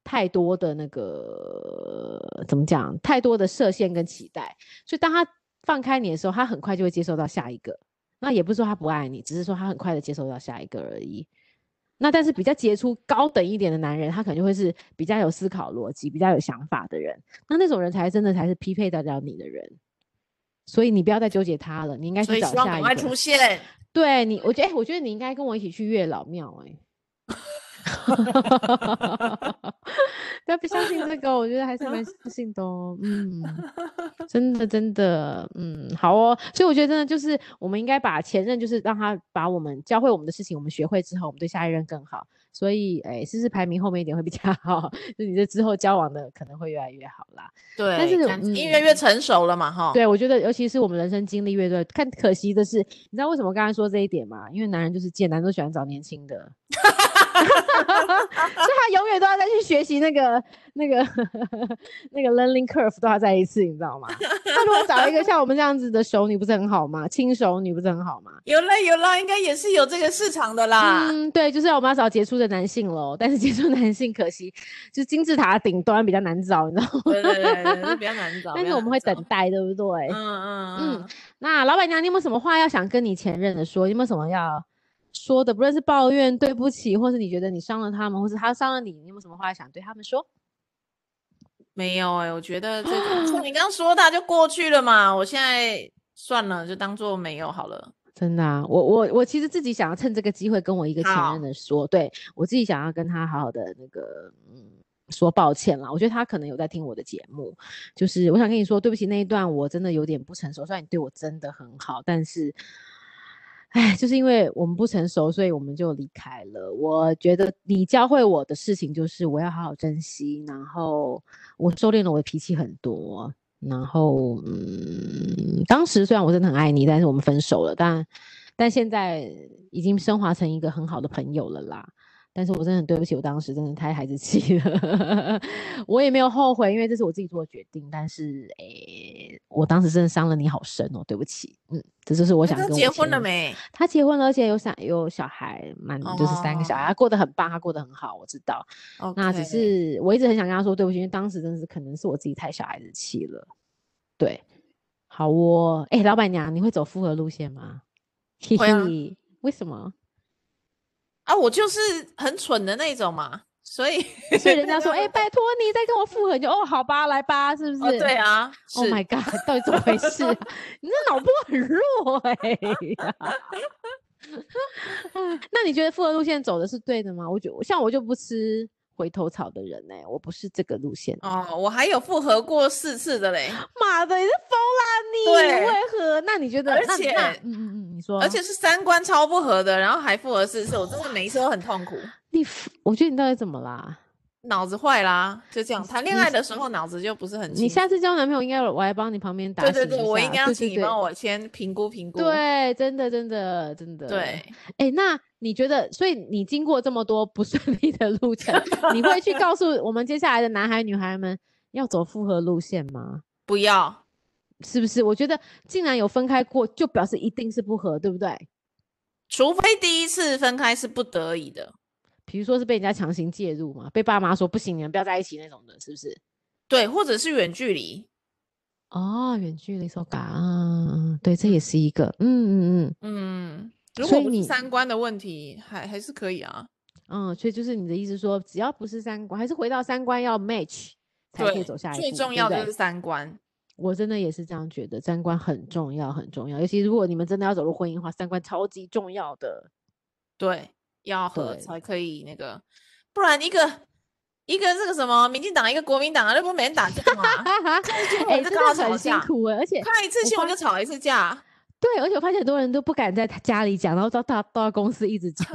Speaker 1: 太多的那个怎么讲，太多的设限跟期待，所以当他放开你的时候，他很快就会接受到下一个。那也不是说他不爱你，只是说他很快的接受到下一个而已。那但是比较杰出、高等一点的男人，他可能就会是比较有思考逻辑、比较有想法的人。那那种人才真的才是匹配得了你的人。所以你不要再纠结他了，你应该
Speaker 2: 所
Speaker 1: 去
Speaker 2: 以
Speaker 1: 找
Speaker 2: 希望
Speaker 1: 下
Speaker 2: 赶
Speaker 1: 一
Speaker 2: 快出
Speaker 1: 个。
Speaker 2: 现。
Speaker 1: 对你，我觉得、哎，我觉得你应该跟我一起去月老庙哎、不要不相信这个，我觉得还是蛮相信的哦。嗯，真的真的，嗯，好哦。所以我觉得真的就是，我们应该把前任，就是让他把我们教会我们的事情，我们学会之后，我们对下一任更好。所以，哎，是不是排名后面一点会比较好？ 就你这之后交往的可能会越来越好啦。
Speaker 2: 对，
Speaker 1: 但是
Speaker 2: 感
Speaker 1: 嗯
Speaker 2: 因为越成熟了嘛，哈。
Speaker 1: 对，我觉得尤其是我们人生经历越多，看可惜的是，你知道为什么我刚才说这一点吗？因为男人就是贱，男人都喜欢找年轻的， 所以他永远都要再去学习那个那个那个 learning curve 都要再一次，你知道吗？他如果找一个像我们这样子的熟女，不是很好吗？轻熟女不是很好吗？
Speaker 2: 有啦有啦，应该也是有这个市场的啦。
Speaker 1: 嗯，对，就是我们要找杰出的男性喽，但是杰出男性可惜就是金字塔顶端比较难找，你知道吗？
Speaker 2: 对对对对，这比较难找。
Speaker 1: 但
Speaker 2: 比
Speaker 1: 是
Speaker 2: 较
Speaker 1: 我们
Speaker 2: 难
Speaker 1: 会
Speaker 2: 找
Speaker 1: 等。待，对不对？
Speaker 2: 嗯嗯
Speaker 1: 嗯那老板娘，你有没有什么话要想跟你前任的说？你有没有什么要说的？不论是抱怨、对不起，或是你觉得你伤了他们，或是他伤了你，你有没有什么话想对他们说？
Speaker 2: 没有哎、我觉得这 个像你刚刚说的啊就过去了嘛，我现在算了，就当做没有好了。
Speaker 1: 真的啊，我我我其实自己想要趁这个机会跟我一个前
Speaker 2: 好
Speaker 1: 任的说，对我自己想要跟他好好的那个嗯说抱歉啦。我觉得他可能有在听我的节目，就是我想跟你说对不起那一段我真的有点不成熟，虽然你对我真的很好，但是。哎，就是因为我们不成熟，所以我们就离开了。我觉得你教会我的事情就是我要好好珍惜，然后我收敛了我的脾气很多，然后嗯，当时虽然我真的很爱你，但是我们分手了，但但现在已经升华成一个很好的朋友了啦。但是我真的很对不起，我当时真的太孩子气了， 我也没有后悔，因为这是我自己做的决定。但是，诶、我当时真的伤了你好深哦，对不起，嗯，这就是我
Speaker 2: 我
Speaker 1: 想跟我
Speaker 2: 结婚
Speaker 1: 前
Speaker 2: 了
Speaker 1: 任
Speaker 2: 没？
Speaker 1: 他结婚了，而且有小有小孩，蛮就是三个小
Speaker 2: 哦
Speaker 1: 孩，他过得很棒，他过得很好，我知道。那只
Speaker 2: OK
Speaker 1: 是我一直很想跟他说对不起，因为当时真的是可能是我自己太小孩子气了。对，好哦，哎、老板娘，你会走复合路线吗？嘿
Speaker 2: 会啊
Speaker 1: 嘿，为什么？
Speaker 2: 啊，我就是很蠢的那种嘛，所以
Speaker 1: 所以人 家说，哎、拜托你再跟我复合，你就哦，好吧，来吧，是不是？
Speaker 2: 哦对。啊，是
Speaker 1: Oh my god！到底怎么回事、啊？ 你这脑波很弱哎、呀 哎那你觉得复合路线走的是对的吗？我觉得像我就不吃回头草的人哎、我不是这个路线的。
Speaker 2: 哦，我还有复合过四次的嘞，
Speaker 1: 妈的，你是疯啦你？
Speaker 2: 对
Speaker 1: 为何？那你觉得？
Speaker 2: 而
Speaker 1: 那你那
Speaker 2: 且
Speaker 1: 嗯嗯嗯，你说，
Speaker 2: 而且是三观超不合的，然后还复合四次，我真的每一次都很痛苦，
Speaker 1: 你，我觉得你到底怎么啦？
Speaker 2: 脑子坏啦，就这样。谈恋
Speaker 1: 你
Speaker 2: 爱
Speaker 1: 是
Speaker 2: 的时候脑子就不是很清
Speaker 1: 你
Speaker 2: 楚。
Speaker 1: 下次交男朋友应该我来帮你旁边打
Speaker 2: 对
Speaker 1: 醒
Speaker 2: 对
Speaker 1: 一下。
Speaker 2: 对，我应该要
Speaker 1: 对
Speaker 2: 请你
Speaker 1: 对
Speaker 2: 帮我先评估评估。
Speaker 1: 对，真的，真的，真的，
Speaker 2: 对，
Speaker 1: 哎，那你觉得，所以你经过这么多不顺利的路 程，你会去告诉我们接下来的男孩女孩们要走复合路线吗？
Speaker 2: 不要，
Speaker 1: 是不是？我觉得既然有分开过，就表示一定是不合，对不对？
Speaker 2: 除非第一次分开是不得已的。
Speaker 1: 比如说是被人家强行介入嘛，被爸妈说不行，你们不要在一起那种的，是不是？
Speaker 2: 对，或者是远距离，
Speaker 1: 哦，远距离手感啊，对，这也是一个，嗯嗯嗯
Speaker 2: 嗯，如
Speaker 1: 所
Speaker 2: 果
Speaker 1: 以
Speaker 2: 不
Speaker 1: 你
Speaker 2: 是三观的问题，还还是可以啊。
Speaker 1: 嗯，所以就是你的意思说，只要不是三观，还是回到三观要 match 才可以
Speaker 2: 对，
Speaker 1: 走下一步，
Speaker 2: 最
Speaker 1: 对
Speaker 2: 重
Speaker 1: 不
Speaker 2: 要的
Speaker 1: 对
Speaker 2: 就是三观。
Speaker 1: 我真的也是这样觉得，三观很重要，很重要。尤其如果你们真的要走入婚姻的话，三观超级重要 的。
Speaker 2: 对，要合
Speaker 1: 对
Speaker 2: 才可以那个，不然一个一个这个什么民进党，一个国民党啊，那不是每天打架吗？
Speaker 1: 哈哈，
Speaker 2: 我
Speaker 1: 哎，
Speaker 2: 就
Speaker 1: 真
Speaker 2: 刚好
Speaker 1: 的
Speaker 2: 吵
Speaker 1: 很辛
Speaker 2: 架
Speaker 1: 苦哎，而且
Speaker 2: 看一次
Speaker 1: 我
Speaker 2: 新闻
Speaker 1: 发
Speaker 2: 就吵一次架，
Speaker 1: 对，而且我发现很多人都不敢在他家里讲，然后到到到公司一直讲。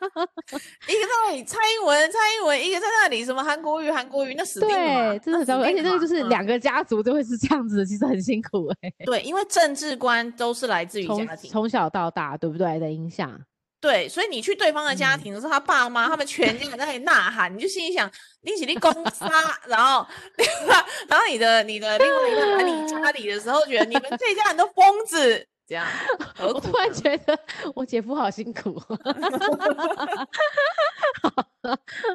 Speaker 2: 一个在那里蔡英文，蔡英文，一个在那里什么韩国瑜，韩国瑜，那 死定了嘛，
Speaker 1: 对，真的
Speaker 2: 那
Speaker 1: 很
Speaker 2: 死
Speaker 1: 糟糕。而
Speaker 2: 定
Speaker 1: 且
Speaker 2: 了
Speaker 1: 那个
Speaker 2: 嘛
Speaker 1: 就是
Speaker 2: 嗯
Speaker 1: 两个家族都会是这样子的，其实很辛苦哎。
Speaker 2: 对，因为政治观都是来自于
Speaker 1: 从
Speaker 2: 家庭，
Speaker 1: 从小到大，对不对的影响？
Speaker 2: 对，所以你去对方的家
Speaker 1: 嗯
Speaker 2: 庭的时候，他爸妈他们全家在那里呐喊，你就心里想，你起立攻杀，然后，然后你的你的另外一个来你家里的时候，觉得你们这一家人都疯子，这样何
Speaker 1: 我
Speaker 2: 苦
Speaker 1: 突然
Speaker 2: 呢
Speaker 1: 觉得我姐夫好辛苦哦，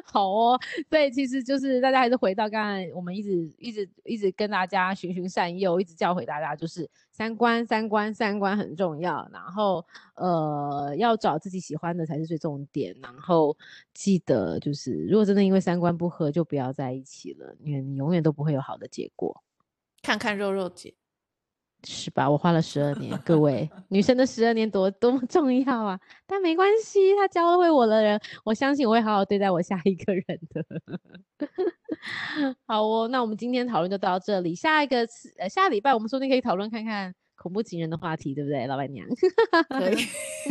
Speaker 1: 好哦。所以其实就是大家还是回到刚才我们一直一直一直跟大家循循善诱，一直教诲大家就是三观三观三观很重要，然后呃要找自己喜欢的才是最重点，然后记得就是如果真的因为三观不合就不要在一起了，因为你永远都不会有好的结果。
Speaker 2: 看看肉肉姐，
Speaker 1: 是吧？我花了十二年，各位女生的十二年多多么重要啊！但没关系，他教会我的人，我相信我会好好对待我下一个人的。 好哦，那我们今天讨论就到这里，下一个次呃下礼拜我们说不定可以讨论看看恐怖情人的话题，对不对，老板 娘？
Speaker 2: 可以，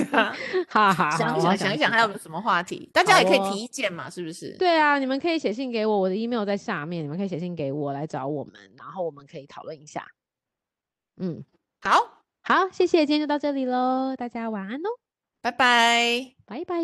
Speaker 1: 哈哈，
Speaker 2: 想
Speaker 1: 想
Speaker 2: 想想一想还有什么话题，大家也可以提意见嘛，是不是？
Speaker 1: 对啊，你们可以写信给我，我的 email 在下面，你们可以写信给我来找我们，然后我们可以讨论一下。嗯，
Speaker 2: 好
Speaker 1: 哦好，谢谢，今天就到这里喽，大家晚安喽，
Speaker 2: 拜拜，
Speaker 1: 拜拜。